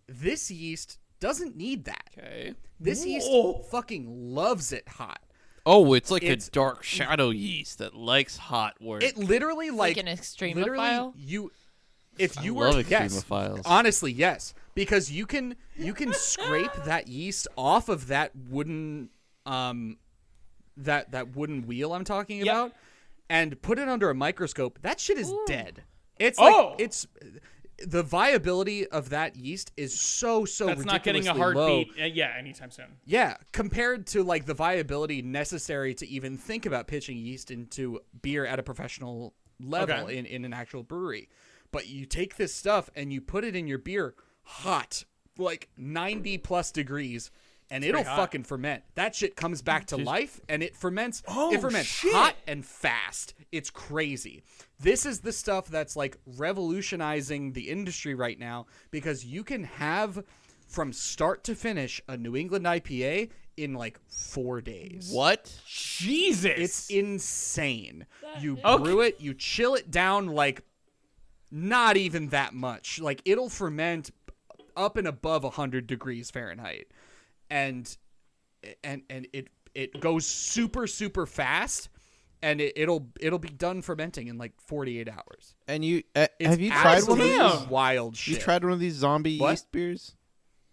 S2: this yeast doesn't need that.
S3: Okay.
S2: This
S5: Whoa.
S2: yeast fucking loves it hot.
S3: Oh, it's like
S2: It's-
S3: a dark shadow yeast that likes hot work.
S2: It literally like,
S4: Like an extremophile?
S2: Literally, you. If you were
S3: love
S2: yes,
S3: extremophiles.
S2: honestly yes, because you can you can scrape that yeast off of that wooden um that that wooden wheel I'm talking about, and put it under a microscope. That shit is dead. It's
S5: Oh!
S2: like it's the viability of that yeast is so so
S5: That's not getting a
S2: ridiculously low.
S5: heartbeat. Uh, yeah, anytime soon.
S2: Yeah, compared to like the viability necessary to even think about pitching yeast into beer at a professional level
S5: Okay.
S2: in, in an actual brewery. But you take this stuff and you put it in your beer hot, like 90 plus degrees, and it'll
S5: hot.
S2: fucking ferment. That shit comes back to life and it ferments
S5: Oh,
S2: it ferments
S5: shit.
S2: hot and fast. It's crazy. This is the stuff that's like revolutionizing the industry right now because you can have from start to finish a New England IPA in like four days.
S3: what?
S5: Jesus.
S2: It's insane. You
S5: is-
S2: brew it, you chill it down like not even that much. Like it'll ferment up and above 100 degrees Fahrenheit. And and and it it goes super super fast and it, it'll it'll be done fermenting in like 48 hours.
S3: And you uh,
S2: It's
S3: have you tried one of
S2: absolutely
S3: these?
S5: Damn.
S2: wild shit?
S3: You tried one of these zombie
S2: What?
S3: yeast beers?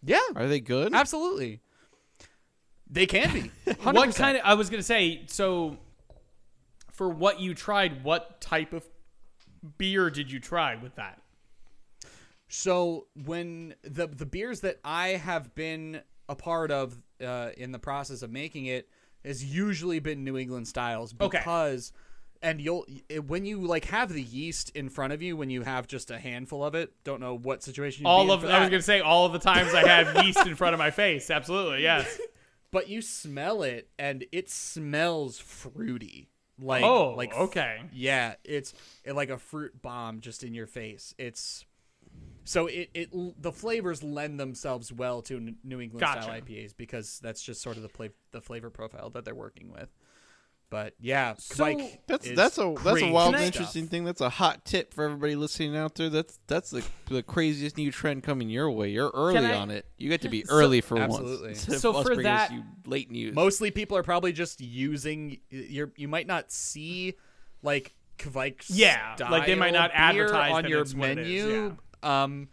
S2: Yeah,
S3: Are they good?
S2: absolutely. They can be. 100%.
S5: what kind of? I was gonna say. So, for what you tried, what type of beer did you try with that?
S2: So when the the beers that I have been a part of uh, in the process of making it has usually been New England styles
S5: Okay.
S2: because and you'll it- when you like have the yeast in front of you when you have just a handful of it don't know what situation you'd be
S5: All
S2: in
S5: of.
S2: for
S5: I was
S2: that.
S5: gonna say all of the times I have yeast in front of my face. Absolutely, yes.
S2: but you smell it and it smells fruity like
S5: Oh,
S2: like
S5: okay.
S2: yeah it's it, like a fruit bomb just in your face it's so it, it l- the flavors lend themselves well to N- new england style
S5: Gotcha.
S2: ipas because that's just sort of the pla- the flavor profile that they're working with but yeah
S5: So-
S2: Mike
S3: That's
S2: is
S3: that's a that's a
S2: crazy
S3: wild and
S2: stuff.
S3: interesting thing. That's a hot tip for everybody listening out there. That's that's the the craziest new trend coming your way. You're early
S5: I-
S3: on it. You get to be early for
S2: Absolutely.
S3: once. Instead of
S5: So
S3: us
S5: for
S3: bringing us
S5: that-
S3: you late news.
S2: mostly people are probably just using you're you might not see like Kvike
S5: Yeah, like they might
S2: style
S5: not
S2: beer
S5: advertise
S2: on
S5: that
S2: your
S5: it's what it is,
S2: menu um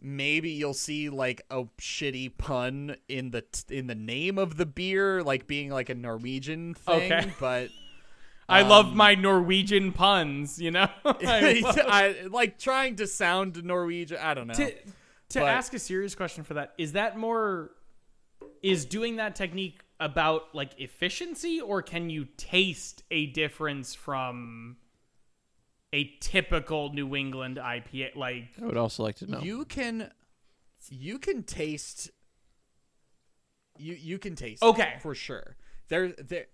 S2: maybe you'll see like a shitty pun in the t- in the name of the beer like being like a Norwegian thing
S5: Okay.
S2: but
S5: I love my Norwegian puns. You know. I love-
S2: I, like trying to sound Norwegian I don't know
S5: to, to
S2: Um, But-
S5: ask a serious question for that is that more is doing that technique about like efficiency or can you taste a difference from a typical new england ipa like
S3: I would also like to know.
S2: You can you can taste you you can taste it,
S5: Okay.
S2: for sure. There there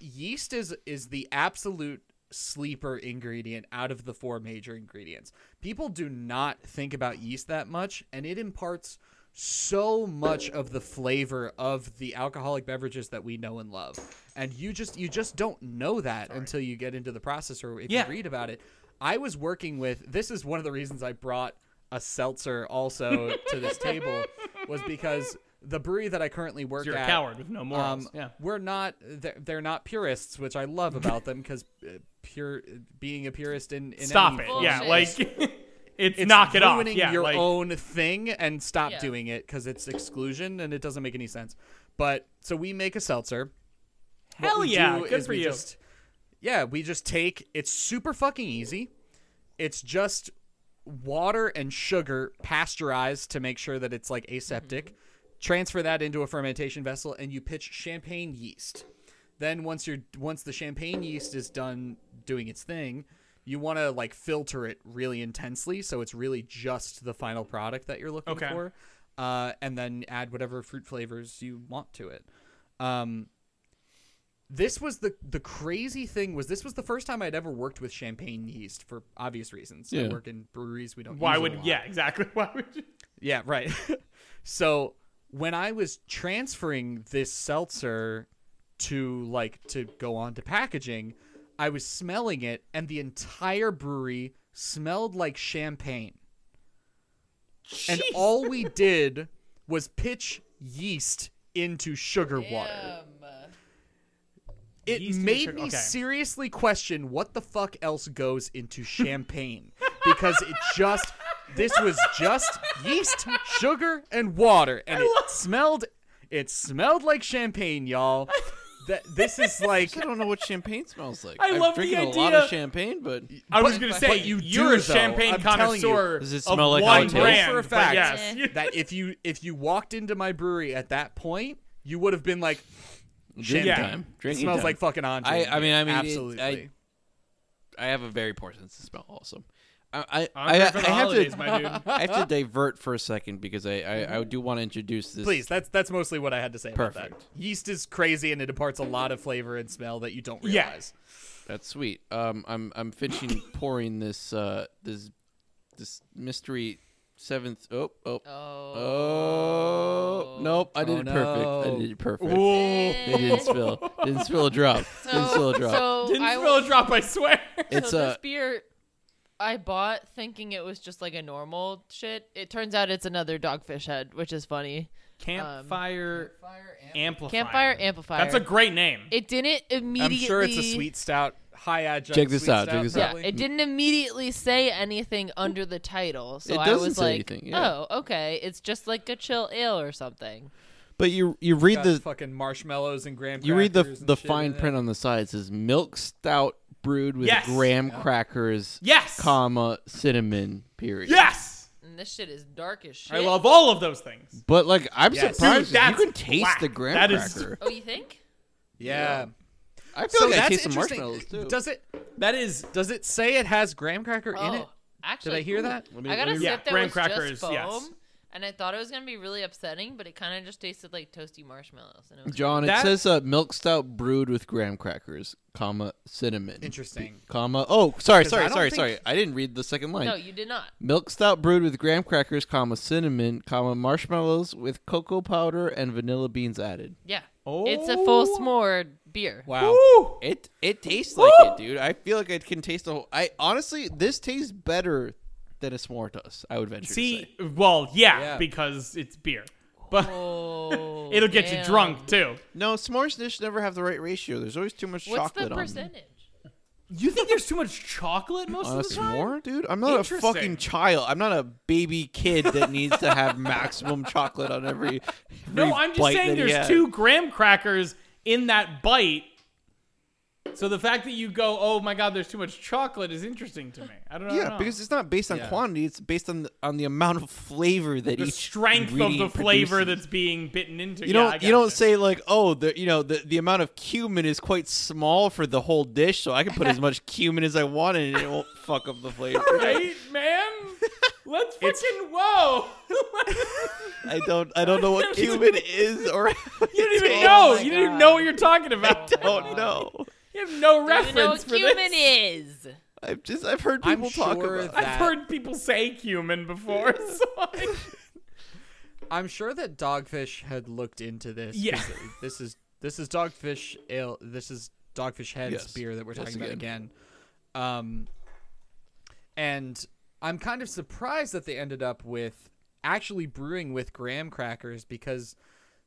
S2: yeast is is the absolute sleeper ingredient out of the four major ingredients. People do not think about yeast that much and it imparts so much of the flavor of the alcoholic beverages that we know and love. And you just you just don't know that until you get into the process or if
S5: Yeah.
S2: you read about it. I was working with this is one of the reasons I brought a seltzer also to this table was because the brewery that I currently work
S5: you're
S2: at
S5: a coward with no morals
S2: um,
S5: yeah
S2: We're not. They're, they're not purists, which I love about them because uh, pure being a purist in, in
S5: stop
S2: any
S5: it
S2: form
S5: yeah
S4: Bullshit.
S5: like it's,
S2: it's
S5: knock it off
S2: ruining
S5: yeah
S2: your
S5: like,
S2: own thing and stop
S4: Yeah.
S2: doing it because it's exclusion and it doesn't make any sense. But so we make a seltzer. What
S5: Hell
S2: we
S5: yeah,
S2: do
S5: good
S2: is
S5: for
S2: we
S5: you.
S2: Just, yeah, we just take. It's super fucking easy. It's just water and sugar pasteurized to make sure that it's like aseptic.
S5: Mm-hmm.
S2: Transfer that into a fermentation vessel and you pitch champagne yeast. Then once you're once the champagne yeast is done doing its thing, you want to like filter it really intensely so it's really just the final product that you're looking
S5: Okay.
S2: for. Uh, and then add whatever fruit flavors you want to it. Um, this was the the crazy thing was this was the first time I'd ever worked with champagne yeast for obvious reasons. I
S3: Yeah.
S2: work in breweries we don't.
S5: why
S2: use it a
S5: would
S2: lot.
S5: yeah exactly why would you
S2: Yeah, right. so when I was transferring this seltzer to like to go on to packaging, I was smelling it and the entire brewery smelled like champagne. And all we did was pitch yeast into sugar water. It
S5: Yeast into
S2: made
S5: sugar-
S2: me
S5: okay.
S2: seriously question what the fuck else goes into champagne because it just this was just yeast, sugar, and water, and it smelled it smelled like champagne, y'all. That this is like
S3: I don't know what champagne smells like.
S5: I
S3: I've
S5: love the
S3: drinking a lot of
S5: idea-
S3: champagne, but
S5: I was
S2: But-
S5: going to
S2: but
S5: say
S2: you
S5: you're
S2: do,
S5: a
S2: though.
S5: champagne
S2: I'm telling you.
S5: connoisseur.
S3: Does it
S5: of
S3: smell like
S5: one
S3: cocktails?
S2: know
S5: brand?
S2: for a
S5: but
S2: fact
S5: yes.
S4: Yeah.
S2: that if you if you walked into my brewery at that point, you would have been like,
S3: drinking
S5: Yeah.
S3: time.
S2: it
S3: Drinking
S2: smells
S3: time.
S2: like fucking Andre.
S3: I- I mean- I mean, it-
S2: absolutely.
S3: I- I have a very poor sense of smell. Also, I I, I,
S5: Andre
S3: I,
S5: for the
S3: have
S5: holidays,
S3: to
S5: my dude.
S3: I have to divert for a second because I I, I do want to introduce this.
S2: Please, that's that's mostly what I had to say about that.
S3: Perfect.
S2: Yeast is crazy and it imparts a lot of flavor and smell that you don't
S5: Yeah.
S2: realize.
S3: That's sweet. Um, I'm I'm finishing pouring this uh this this mystery seventh. Oh oh
S4: Oh.
S3: oh nope! I did it
S2: Oh,
S3: perfect.
S2: no.
S3: I did it perfect.
S5: Ooh.
S3: They didn't spill. Didn't spill a drop. didn't spill a drop.
S4: So
S5: Didn't
S4: I
S5: spill a drop, I swear.
S3: it's
S4: so
S3: a
S4: this beer I bought thinking it was just like a normal shit. It turns out it's another dogfish head, which is funny.
S5: Campfire amplifier.
S4: Campfire amplifier.
S5: That's a great name.
S4: Um, It didn't
S2: I'm
S4: immediately.
S2: sure it's a sweet stout, high adjunct.
S3: Check this
S2: sweet
S3: out,
S2: Stout,
S3: check this out.
S4: Yeah,
S2: probably.
S4: it didn't immediately say anything under the title, so
S3: It
S4: I
S3: doesn't
S4: was
S3: say
S4: like,
S3: anything, yeah.
S4: "Oh, okay, it's just like a chill ale or something."
S3: but you you read
S2: Got
S3: the
S2: fucking marshmallows and graham.
S3: you read the
S2: crackers and
S3: the
S2: shit
S3: fine
S2: in it.
S3: print on the side. It says milk stout brewed with
S5: Yes.
S3: graham crackers,
S5: yes.
S3: comma cinnamon period.
S5: yes.
S4: And this shit is dark as shit.
S5: I love all of those things.
S3: But like I'm
S2: Yes.
S3: surprised
S5: Dude,
S3: that
S5: that's
S3: you can taste
S5: whack.
S3: the graham
S5: That is-
S3: cracker.
S4: Oh, you think?
S2: Yeah.
S3: I feel
S2: So
S3: like
S2: that's
S3: I taste some
S2: interesting.
S3: marshmallows too.
S2: Does it
S5: That is
S2: does it say it has graham cracker in it?
S4: Oh, actually,
S2: Did I hear
S4: ooh,
S2: that?
S3: Let me-
S4: I got
S3: let
S4: a
S3: me-
S4: sip
S5: Yeah,
S4: that
S5: graham
S4: was
S5: cracker
S4: just
S5: is-
S4: foam,
S5: yes.
S4: and I thought it was gonna be really upsetting, but it kind of just tasted like toasty marshmallows. And it was
S3: John,
S5: That-
S3: it says uh, milk stout brewed with graham crackers, comma cinnamon.
S2: Interesting.
S3: Comma. Oh, sorry,
S2: 'Cause I
S3: sorry,
S2: don't
S3: sorry,
S2: think-
S3: sorry. I didn't read the second line.
S4: no, you did not.
S3: Milk stout brewed with graham crackers, comma cinnamon, comma marshmallows with cocoa powder and vanilla beans added.
S4: Yeah, it's a full
S3: Oh.
S4: s'more beer.
S2: Wow.
S5: Woo!
S3: It it tastes like it, dude. I feel like it can taste the whole. I honestly, this tastes better than a s'more does. I would venture to say.
S5: See, well, yeah,
S2: Yeah.
S5: because it's beer. But
S4: Oh,
S5: it'll get you
S4: damn.
S5: drunk too.
S3: No, s'mores dish never have the right ratio. There's always too much
S4: What's
S3: chocolate
S4: the
S3: on.
S4: percentage?
S5: You think there's too much chocolate most
S3: On a
S5: of the time?
S3: s'more, dude? I'm not a
S5: Interesting.
S3: fucking child. I'm not a baby kid that needs to have maximum chocolate on every.
S5: No,
S3: every
S5: I'm just
S3: bite
S5: saying
S3: that he
S5: there's
S3: has.
S5: two graham crackers in that bite. So the fact that you go, oh my god, there's too much chocolate is interesting to me. I don't know.
S3: Yeah, because it's not based on quantity; it's based on the, on the amount of flavor that
S5: the
S3: each
S5: strength of the
S3: ingredient
S5: flavor
S3: produces.
S5: that's being bitten into.
S3: you
S5: Yeah,
S3: don't
S5: I
S3: you don't
S5: gotcha.
S3: say like, oh, the you know the, the amount of cumin is quite small for the whole dish, so I can put as much cumin as I want in it, and it won't fuck up the flavor.
S5: right, man. Let's fucking whoa!
S3: I don't I don't know what cumin is or
S5: you didn't even
S3: Oh
S5: know.
S4: my
S5: You didn't even
S4: God.
S5: know what you're talking about.
S3: don't know.
S5: You have no
S4: You know what
S5: reference for
S4: cumin
S5: this.
S4: is.
S3: I've just I've heard
S2: I'm
S3: people talk
S2: sure
S3: about.
S2: that-
S3: it.
S5: I've heard people say cumin before. So I-
S2: I'm sure that Dogfish had looked into this. 'cause
S5: Yeah.
S2: This is this is Dogfish Ale. This is Dogfish Head's
S3: Yes.
S2: beer that we're
S3: Yes,
S2: talking about again. Um, and I'm kind of surprised that they ended up with actually brewing with graham crackers because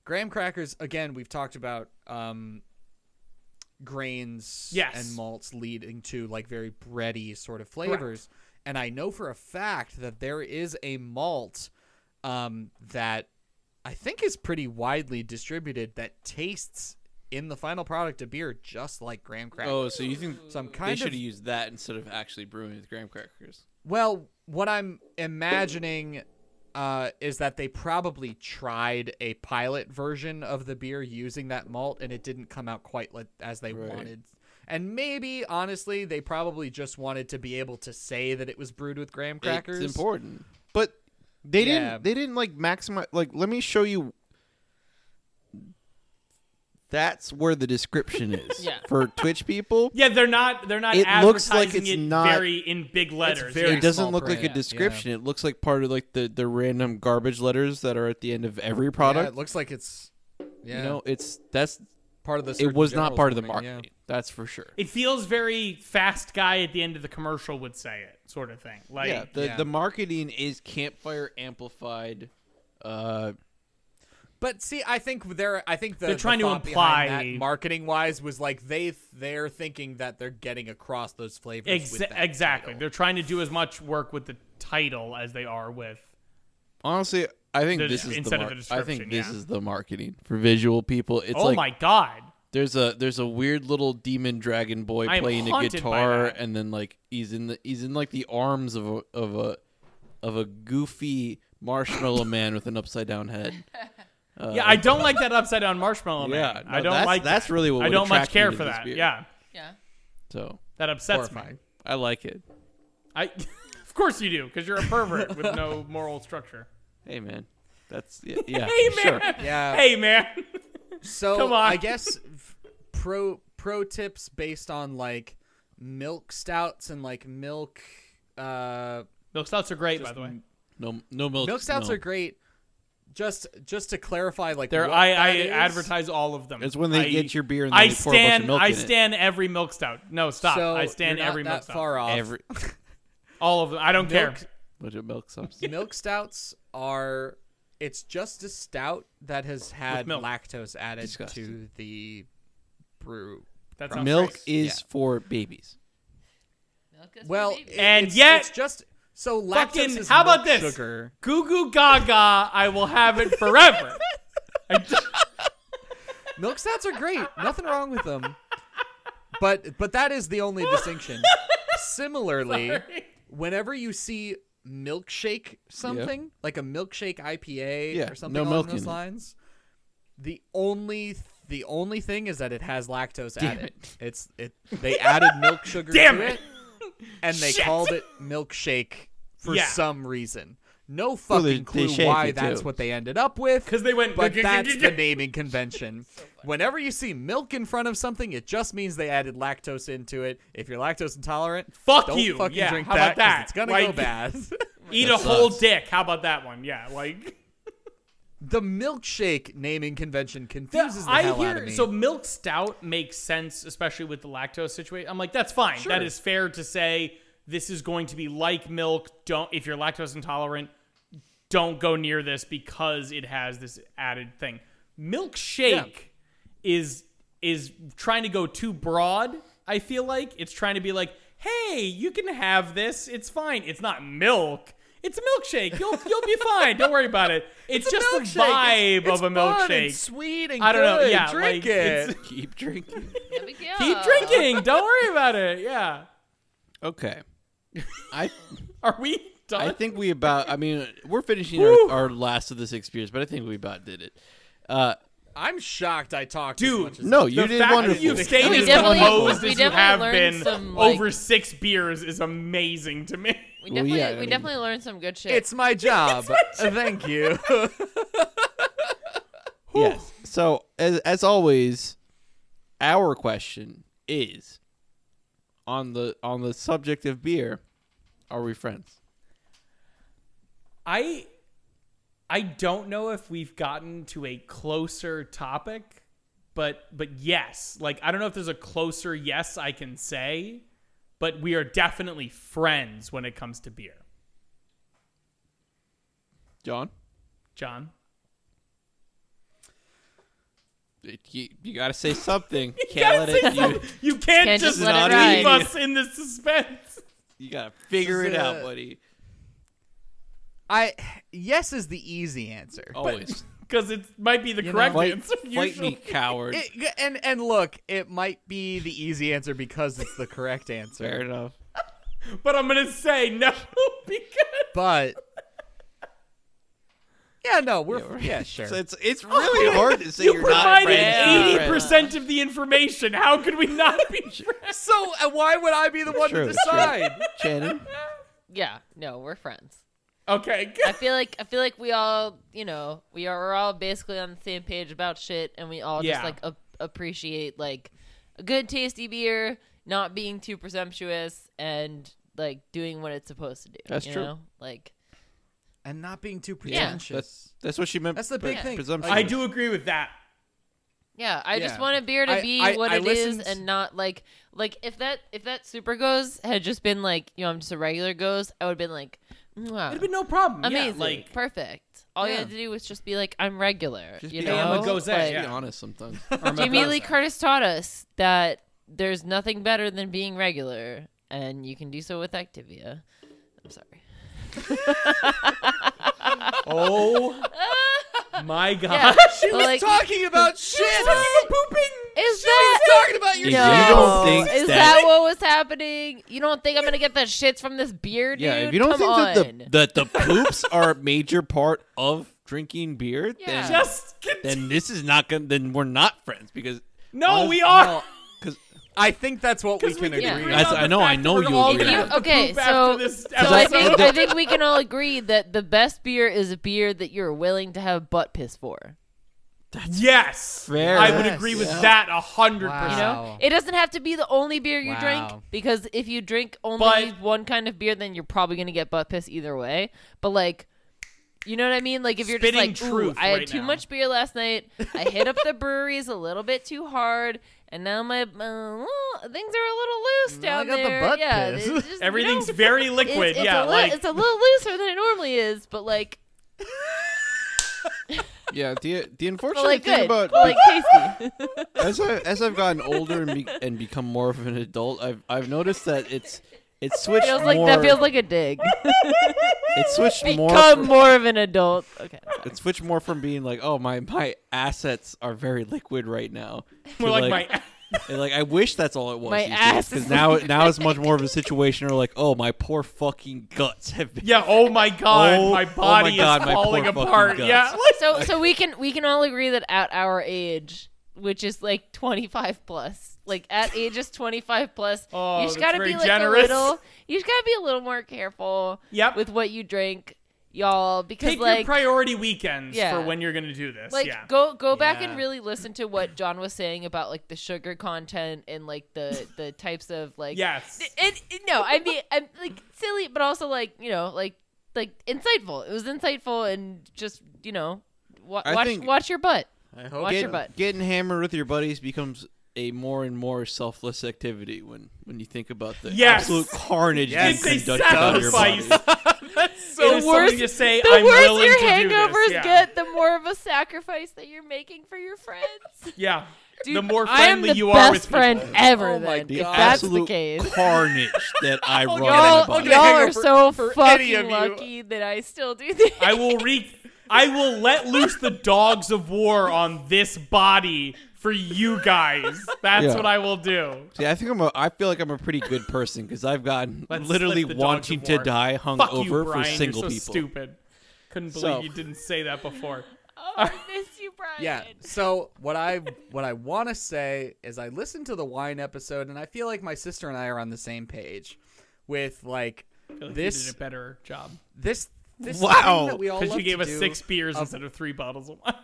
S2: graham crackers again we've talked about um grains
S5: Yes.
S2: and malts leading to like very bready sort of flavors and i know for a fact that there is a malt um that i think is pretty widely distributed that tastes in the final product of beer just like graham crackers
S3: Oh, so you think
S2: so i'm
S3: they
S2: kind
S3: should
S2: of
S3: have used that instead of actually brewing with graham crackers?
S2: well, what I'm imagining uh, is that they probably tried a pilot version of the beer using that malt, and it didn't come out quite like, as they
S3: Right.
S2: wanted. And maybe, honestly, they probably just wanted to be able to say that it was brewed with graham crackers.
S3: It's important, but they
S2: Yeah.
S3: didn't. They didn't like maximize. Like, let me show you. That's where the description is
S4: Yeah.
S3: for Twitch people.
S5: yeah, they're not. They're not.
S3: It looks
S5: advertising
S3: like it's
S5: it
S3: not-
S5: very in big letters.
S2: very-
S5: yeah.
S3: It doesn't
S2: small
S3: look like
S2: print.
S3: a
S2: Yeah.
S3: description. It looks like part of like the the random garbage letters that are at the end of every
S2: Yeah,
S3: product.
S2: it looks like it's yeah
S3: You know, it's that's
S2: part of the.
S3: it
S2: Surgeon
S3: was not
S2: General's
S3: part of the
S2: warning,
S3: marketing.
S2: yeah.
S3: That's for sure.
S5: It feels very fast. Guy at the end of the commercial would say it, sort of thing. Like
S3: yeah, the
S2: yeah.
S3: the marketing is campfire amplified. Uh,
S2: But see, I think they're I think the,
S5: They're
S2: the
S5: trying to
S2: thought behind
S5: imply-
S2: that marketing wise was like they they're thinking that they're getting across those flavors.
S5: Exa-
S2: with that
S5: exactly.
S2: title.
S5: They're trying to do as much work with the title as they are with.
S3: honestly, I think
S5: The-
S3: this is the,
S5: instead of
S3: mar-
S5: the
S3: I
S5: description,
S3: think this
S5: yeah.
S3: is the marketing for visual people. It's
S5: oh
S3: like
S5: my god!
S3: there's a there's a weird little demon dragon boy
S5: I am
S3: playing a
S5: haunted by
S3: guitar,
S5: that.
S3: and then like he's in the he's in like the arms of a of a of a goofy marshmallow man with an upside down head.
S5: yeah, I don't like that upside down marshmallow man.
S3: uh, Yeah, no,
S5: I don't
S3: that's-
S5: like.
S3: that's
S5: that.
S3: really what
S5: I
S3: would
S5: don't
S3: attract
S5: much
S3: me
S5: care
S3: to
S5: for
S3: this
S5: that.
S3: beer.
S5: Yeah,
S4: Yeah.
S3: So
S5: that upsets me.
S2: Horrifying.
S3: I like it.
S5: I, of course you do, because you're a pervert with no moral structure.
S3: Hey man, that's yeah. yeah
S5: Hey
S3: sure.
S5: man.
S2: Yeah.
S5: Hey man.
S2: So
S5: Come on.
S2: I guess f- pro pro tips based on like milk stouts and like milk uh
S5: Milk stouts are great, by the way.
S3: No, no milk.
S2: milk stouts
S3: no.
S2: are great. Just just to clarify like
S5: They're
S2: what
S5: I,
S2: that
S5: I
S2: is.
S5: advertise all of them.
S3: It's when they
S5: I-
S3: get your beer and
S5: I
S3: then they pour a bunch of
S5: stand.
S3: milk
S5: I
S3: in it.
S5: stand every milk stout. No, stop.
S2: So
S5: I stand
S2: you're not
S5: every
S2: that
S5: milk stout.
S2: far off.
S3: Every
S5: All of them. I don't
S2: Milk-
S5: care.
S3: bunch of milk substance.
S2: milk stouts are it's just a stout that has had
S5: milk.
S2: lactose added to
S3: Disgusting.
S2: the brew.
S5: That's not
S3: milk
S5: great.
S3: is
S2: Yeah.
S3: for babies.
S4: Milk is for
S2: Well,
S4: babies.
S5: And
S2: it's,
S5: yet-
S2: it's just so lactose
S5: Fucking-
S2: is
S5: how about
S2: milk
S5: this?
S2: sugar.
S5: Goo goo gaga. I will have it forever. I d-
S2: Milk stouts are great. Nothing wrong with them. But but that is the only distinction. Similarly, whenever you see milkshake something, like a milkshake IPA
S3: Yeah,
S2: or something
S3: no
S2: along
S3: milk
S2: those
S3: in it.
S2: lines, the only the only thing is that it has lactose added. It's it they added milk sugar
S5: Damn
S2: to
S5: it.
S2: it, and they
S5: Shit.
S2: called it milkshake for
S5: Yeah.
S2: some reason. No
S3: Well,
S2: fucking
S3: they- they
S2: clue
S3: shake
S2: why
S3: it,
S2: that's
S3: too.
S2: what they ended up with.
S5: 'Cause they went
S2: But
S5: gug- gug-
S2: that's
S5: gug-
S2: the
S5: gug.
S2: naming convention. Whenever you see milk in front of something, it just means they added lactose into it. If you're lactose intolerant,
S5: Fuck
S2: don't
S5: you.
S2: Fucking
S5: Yeah,
S2: drink
S5: how
S2: that,
S5: about that?
S2: 'cause It's gonna go
S5: Like-
S2: bad.
S5: Eat a
S3: That
S5: whole
S3: sucks.
S5: dick. How about that one? Yeah, like
S2: the milkshake naming convention confuses the
S5: I
S2: hell
S5: hear
S2: out of me.
S5: so milk stout makes sense, especially with the lactose situation. I'm like, that's fine. That is fair to say. This is going to be like milk. Don't if you're lactose intolerant, don't go near this because it has this added thing. Milkshake is is trying to go too broad. I feel like it's trying to be like, hey, you can have this. It's fine. It's not milk. It's a milkshake. You'll you'll be fine. Don't worry about it. It's,
S2: It's a
S5: just the
S2: milkshake.
S5: vibe
S2: It's- it's
S5: of a
S2: fun and
S5: milkshake.
S2: sweet and
S5: I don't know.
S2: good.
S5: Yeah, like,
S2: drink it.
S5: it's-
S3: Keep drinking.
S4: No big deal.
S5: Keep drinking. Don't worry about it. Yeah.
S3: Okay. I
S5: Are we done?
S3: I think we about. I mean, we're finishing our, our last of this experience, but I think we about did it. Uh,
S2: I'm shocked I talked.
S5: Dude,
S2: as much as
S3: no, you
S5: the
S3: did
S5: fact
S3: wonderful.
S5: that you've stayed
S4: We
S5: as
S4: definitely-
S5: composed
S4: we
S5: as you
S4: definitely
S5: have
S4: learned
S5: been
S4: some, like-
S5: over six beers is amazing to me.
S4: We
S3: Well,
S4: definitely,
S3: yeah, I
S4: we
S3: mean-
S4: definitely learned some good shit.
S2: It's my job. Thank you.
S3: yes. So as as always, our question is on the on the subject of beer. Are we friends?
S5: I I don't know if we've gotten to a closer topic, but but yes, like I don't know if there's a closer yes I can say, but we are definitely friends when it comes to beer.
S3: John,
S5: John,
S3: you, you got to say something.
S5: gotta
S3: Can't let it.
S5: say
S3: You,
S5: something. you can't,
S4: Can't
S5: just,
S4: just
S3: let it
S5: leave
S3: ride.
S5: us in the suspense.
S3: you got to figure it
S2: This is
S3: out,
S2: a-
S3: buddy.
S2: I yes is the easy answer.
S5: Oh,
S3: Always
S5: Because it might be the
S3: You know,
S5: correct
S3: fight,
S5: answer.
S3: fight me,
S5: usually.
S3: coward.
S2: It, and and look, it might be the easy answer because it's the correct answer.
S3: Fair enough.
S5: But I'm gonna say no because
S2: But yeah, no, we're yeah, sure.
S3: So it's it's really hard to say you are not
S5: provided
S3: friends.
S5: eighty percent of the information. How could we not be friends?
S2: So uh, why would I be the one
S3: True, true.
S2: to decide?
S3: Shannon,
S4: yeah, no, we're friends.
S5: Okay,
S4: I
S5: good.
S4: feel like I feel like we all, you know, we are we're all basically on the same page about shit, and we all
S5: Yeah.
S4: just like a- appreciate like a good tasty beer, not being too presumptuous, and like doing what it's supposed to do.
S3: That's
S4: you
S3: true.
S4: Know? Like,
S2: And not being too
S4: Yeah.
S2: pretentious.
S3: that's that's what she meant.
S2: That's the big
S3: by
S2: thing.
S3: Presumption.
S2: Like-
S5: I do agree with that.
S4: yeah, I
S2: Yeah.
S4: just want a beer to
S2: I-
S4: be
S2: I-
S4: what
S2: I
S4: it is,
S2: listened-
S4: and not like like if that if that super goes had just been like you know I'm just a regular goes, I would have been like, "Mwah,
S5: It'd be no problem.
S4: amazing,
S5: Yeah, like
S4: perfect. All you had to do was just be like, I'm regular.
S3: Just
S4: you
S3: be
S4: know,
S5: I'm a goes
S4: Like,
S5: yeah.
S3: Be honest sometimes.
S4: Jamie Lee
S5: Goza.
S4: Curtis taught us that there's nothing better than being regular, and you can do so with Activia. I'm sorry.
S5: oh my
S4: Yeah,
S5: gosh.
S4: but, like,
S2: Talking about shit.
S4: is that
S2: talking about your
S3: You
S4: no?
S3: don't think
S4: is
S3: that-
S4: that, what was happening? You don't think I'm gonna get the shits from this beer, dude?
S3: Yeah, if you don't
S4: Come
S3: think
S4: on.
S3: that the that the poops are a major part of drinking beer,
S4: Yeah.
S3: then
S5: Just continue.
S3: then this is not gonna. Then we're not friends because
S5: No,
S3: honest-
S5: we are.
S3: Because
S2: I think that's what we
S5: 'Cause we
S2: can
S5: can
S2: agree.
S4: agree
S2: on.
S3: That's-
S5: on
S3: I
S5: the
S3: know, I
S5: fact that
S3: know
S5: we're
S3: you
S5: all
S3: agree
S5: gonna
S3: with
S4: You-
S5: have to
S4: okay,
S5: poop after
S4: so,
S5: this
S4: so I
S5: episode.
S4: think I think we can all agree that the best beer is a beer that you're willing to have butt piss for.
S5: yes,
S3: Fair.
S5: I would
S2: Yes.
S5: agree with
S2: Yeah.
S5: that a hundred
S2: Wow.
S5: percent.
S4: You know,
S2: Wow.
S4: it doesn't have to be the only beer you
S2: Wow.
S4: drink because if you drink only
S5: But-
S4: one kind of beer, then you're probably gonna get butt piss either way. But like, you know what I mean? Like if you're just
S5: Spitting
S4: like, ooh,
S5: truth
S4: I had
S5: right
S4: too
S5: now."
S4: much beer last night. I hit up the breweries a little bit too hard, and now my uh, well, things are a little loose down
S2: got the
S4: there.
S2: butt
S4: yeah,
S2: piss.
S4: it's just, you
S5: Everything's
S4: know,
S5: very
S4: it's-
S5: liquid.
S4: It's, a
S5: yeah,
S4: li-
S5: like
S4: it's a little looser than it normally is, but like,
S3: yeah, the the
S4: but
S3: unfortunate
S4: like
S3: thing
S4: good,
S3: about
S4: like tasty.
S3: as I as I've gotten older and, be, and become more of an adult, I've I've noticed that it's it's switched
S4: feels
S3: more.
S4: like that feels like a dig.
S3: it's switched more.
S4: Become
S3: from-
S4: more of an adult. Okay.
S3: It's switched more from being like, oh my my assets are very liquid right now. to
S5: more like, my.
S3: And, like I wish that's all it was.
S4: My ass
S3: because
S4: is
S3: now now it's much more of a situation where like, oh my poor fucking guts have been.
S5: Yeah. Oh my god,
S3: Oh,
S5: my
S3: oh my
S5: body
S3: God,
S5: is
S3: my poor
S5: falling
S3: fucking
S5: apart.
S3: guts.
S5: Yeah. like-
S4: So so we can we can all agree that at our age, which is like 25 plus, like at ages 25 plus,
S5: Oh,
S4: you just
S5: that's
S4: gotta be
S5: very
S4: like
S5: generous.
S4: a little, you just gotta be a little more careful
S5: Yep.
S4: with what you drink, y'all, because
S5: Take your
S4: like.
S5: priority weekends
S4: Yeah.
S5: for when you're gonna do this.
S4: like
S5: yeah.
S4: go go back
S2: Yeah.
S4: and really listen to what John was saying about like the sugar content and like the the types of like
S5: yes.
S4: it, it- no, I mean, I'm like silly, but also like you know, like like insightful. It was insightful and just you know, wa-
S3: I
S4: watch
S3: think-
S4: watch your butt.
S2: I
S4: Watch your
S3: Getting,
S4: butt.
S3: getting hammered with your buddies becomes a more and more selfless activity when when you think about the
S5: Yes.
S3: absolute carnage
S5: Yes,
S3: being
S5: they
S3: conducted on your body.
S5: sacrifice. That's so
S4: the
S5: something
S4: worse,
S5: to say.
S4: the
S5: I'm
S4: worse
S5: willing
S4: your
S5: to do this.
S4: hangovers
S5: Yeah.
S4: get, the more of a sacrifice that you're making for your friends.
S5: Yeah.
S4: Dude,
S5: the more
S4: I am
S5: friendly
S4: the
S5: you
S4: best
S5: are with
S4: friend
S5: people.
S4: ever.
S2: Oh my
S4: then,
S2: God.
S4: if that's the
S3: Absolute
S4: case.
S3: carnage that I
S5: Oh,
S3: run.
S4: Y'all,
S3: about.
S4: y'all are
S2: hangover
S4: so
S2: for any of
S4: fucking
S2: you.
S4: lucky that I still do this.
S5: I will re I will let loose the dogs of war on this body for you guys. That's
S3: Yeah.
S5: what I will do.
S3: See, I think I'm. A, I feel like I'm a pretty good person because I've gotten
S5: Let's
S3: literally
S5: split the dogs
S3: wanting
S5: of
S3: to
S5: war.
S3: die hung
S5: Fuck you,
S3: over for
S5: Brian,
S3: single
S5: You're so
S3: people.
S5: Stupid. Couldn't believe
S3: So-
S5: you didn't say that before.
S4: oh, I miss you, Brian.
S2: Yeah. So what I what I want to say is I listened to the wine episode and I feel like my sister and I are on the same page with like
S5: I feel like you
S2: this
S5: did a better job
S2: this this
S3: Wow.
S2: thing that we all
S5: because
S2: love
S5: you gave
S2: to
S5: us
S2: do
S5: six beers
S2: of-
S5: instead of three bottles of wine.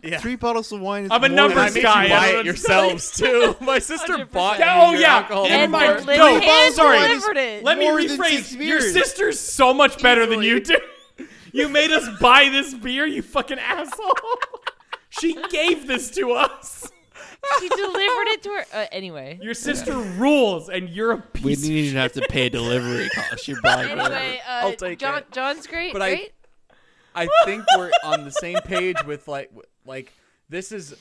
S2: Yeah.
S3: Three bottles of wine. Is
S5: I'm a
S3: more
S2: And I
S5: numbers
S3: than-
S2: made you
S5: guy. I
S2: buy
S5: don't
S2: it yourselves too. My sister
S4: 100%.
S2: bought.
S5: Oh,
S2: your
S5: yeah.
S2: alcohol
S5: Never
S4: and
S2: before.
S5: mind.
S4: Lynn
S5: No,
S4: hand
S5: sorry.
S4: delivered it.
S5: Let me
S3: More than
S5: rephrase.
S3: six
S5: Your
S3: beers.
S5: sister's so much better than you do.
S2: Easily.
S5: You made us buy this beer, you fucking asshole. she gave this to us.
S4: she delivered it to her. Uh, anyway.
S5: Your sister rules, and you're a piece.
S3: We didn't even have to pay delivery costs. You're buying
S4: Anyway, uh,
S2: I'll take
S4: John,
S2: it.
S4: John's great,
S2: But I-
S4: right?
S2: I think we're on the same page with like w- like this is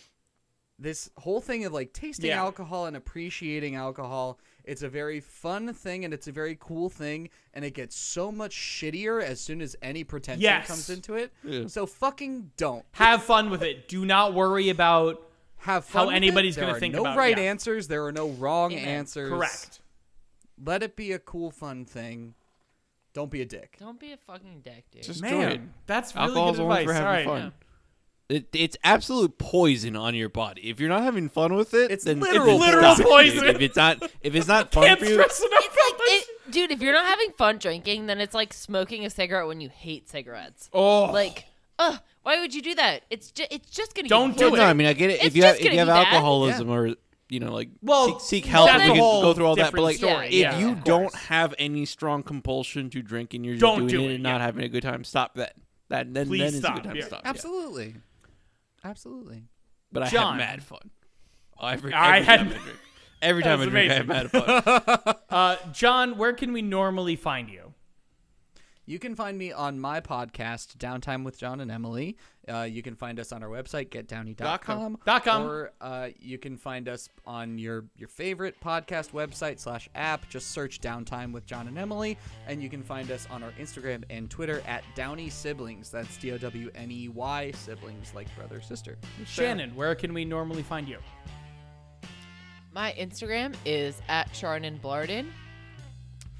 S2: this whole thing of like tasting
S5: Yeah.
S2: alcohol and appreciating alcohol. It's a very fun thing and it's a very cool thing and it gets so much shittier as soon as any pretension
S5: Yes.
S2: comes into it.
S3: Yeah.
S2: So fucking don't
S5: Have fun with it. Do not worry about
S2: have
S5: How
S2: fun with it.
S5: anybody's
S2: There
S5: gonna
S2: are
S5: think
S2: no
S5: about it,
S2: right
S5: yeah.
S2: answers. There are no wrong
S4: Amen.
S2: answers.
S5: correct.
S2: Let it be a cool fun thing. Don't be a dick.
S4: Don't be a fucking dick, dude.
S3: Just
S5: Man,
S3: join it.
S5: that's really
S3: Alcohol's
S5: good
S3: only
S5: advice.
S3: for having
S5: All right.
S3: fun. It, it's absolute poison on your body. If you're not having fun with it,
S2: It's
S3: then
S2: literal-
S3: it will
S5: literal
S3: stop, dude.
S5: poison.
S3: If it's not, if it's not fun
S5: Can't
S3: for you,
S5: stress enough
S4: It's
S5: how
S4: like,
S5: much-
S4: it, dude, if you're not having fun drinking, then it's like smoking a cigarette when you hate cigarettes.
S5: Oh,
S4: Like, ugh, why would you do that? It's ju- it's just gonna.
S5: Don't
S4: get
S5: do
S4: worse.
S3: no, I mean, I get it.
S4: It's
S3: if you
S4: just
S3: have, if
S4: gonna
S3: you have
S4: be bad.
S3: alcoholism or you know, like
S5: Well,
S3: seek, seek help, we
S5: that's a
S3: can
S5: whole
S3: go through all that. But like,
S5: different
S4: story.
S3: if
S4: Yeah,
S3: you
S5: of
S3: don't
S5: course.
S3: have any strong compulsion to drinking, you're just
S5: Don't
S3: doing
S5: do
S3: it,
S5: it,
S3: and not
S5: yeah.
S3: having a good time. Stop that. That then,
S5: Please
S3: then is a
S5: stop,
S3: good time
S5: yeah.
S3: to stop. yeah.
S2: Absolutely. Absolutely.
S3: But I had
S5: John.
S3: mad fun. Every, every
S5: I had-
S3: time I drink. Every
S5: That
S3: time I
S5: was
S3: drink, I have mad
S5: amazing.
S3: fun.
S5: uh, John, where can we normally find you?
S2: You can find me on my podcast, Downtime with John and Emily. Uh, you can find us on our website, getdowny.com.
S5: Dot com.
S2: Or uh, you can find us on your, your favorite podcast website slash app. Just search Downtime with John and Emily. And you can find us on our Instagram and Twitter at Downey Siblings. That's D O W N E Y siblings, like brother, sister.
S5: Shannon, where can we normally find you?
S4: My Instagram is at Sharnon Blarden.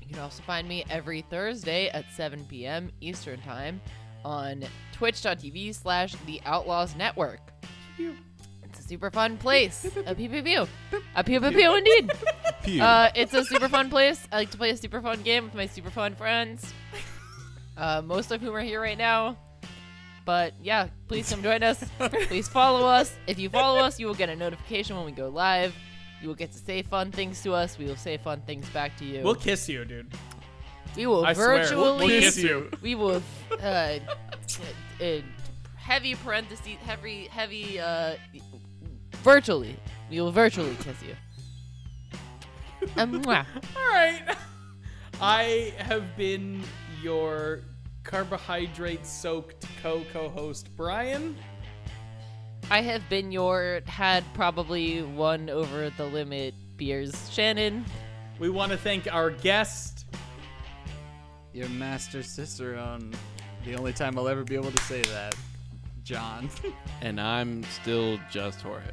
S4: You can also find me every Thursday at 7 p.m. Eastern Time on twitch.tv slash The Outlaws Network. It's a super fun place. A pew pew pew. A pew pew pew indeed.
S3: Pew.
S4: Uh, it's a super fun place. I like to play a super fun game with my super fun friends, uh, most of whom are here right now. But yeah, please come join us. Please follow us. If you follow us, you will get a notification when we go live. You will get to say fun things to us. We will say fun things back to you.
S5: We'll kiss you, dude.
S4: we will
S5: I
S4: virtually.
S5: swear. We'll, we'll kiss you.
S4: We will. Uh, uh, heavy parentheses. Heavy. Heavy. Uh, virtually. We will virtually kiss you. And mwah.
S5: All right. I have been your carbohydrate soaked co co host, Brian.
S4: I have been your had probably one over the limit beers. Shannon,
S5: We want to thank our guest.
S2: Your master sister on the only time I'll ever be able to say that, John.
S3: and I'm still just Jorge.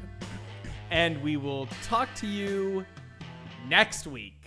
S5: and we will talk to you next week.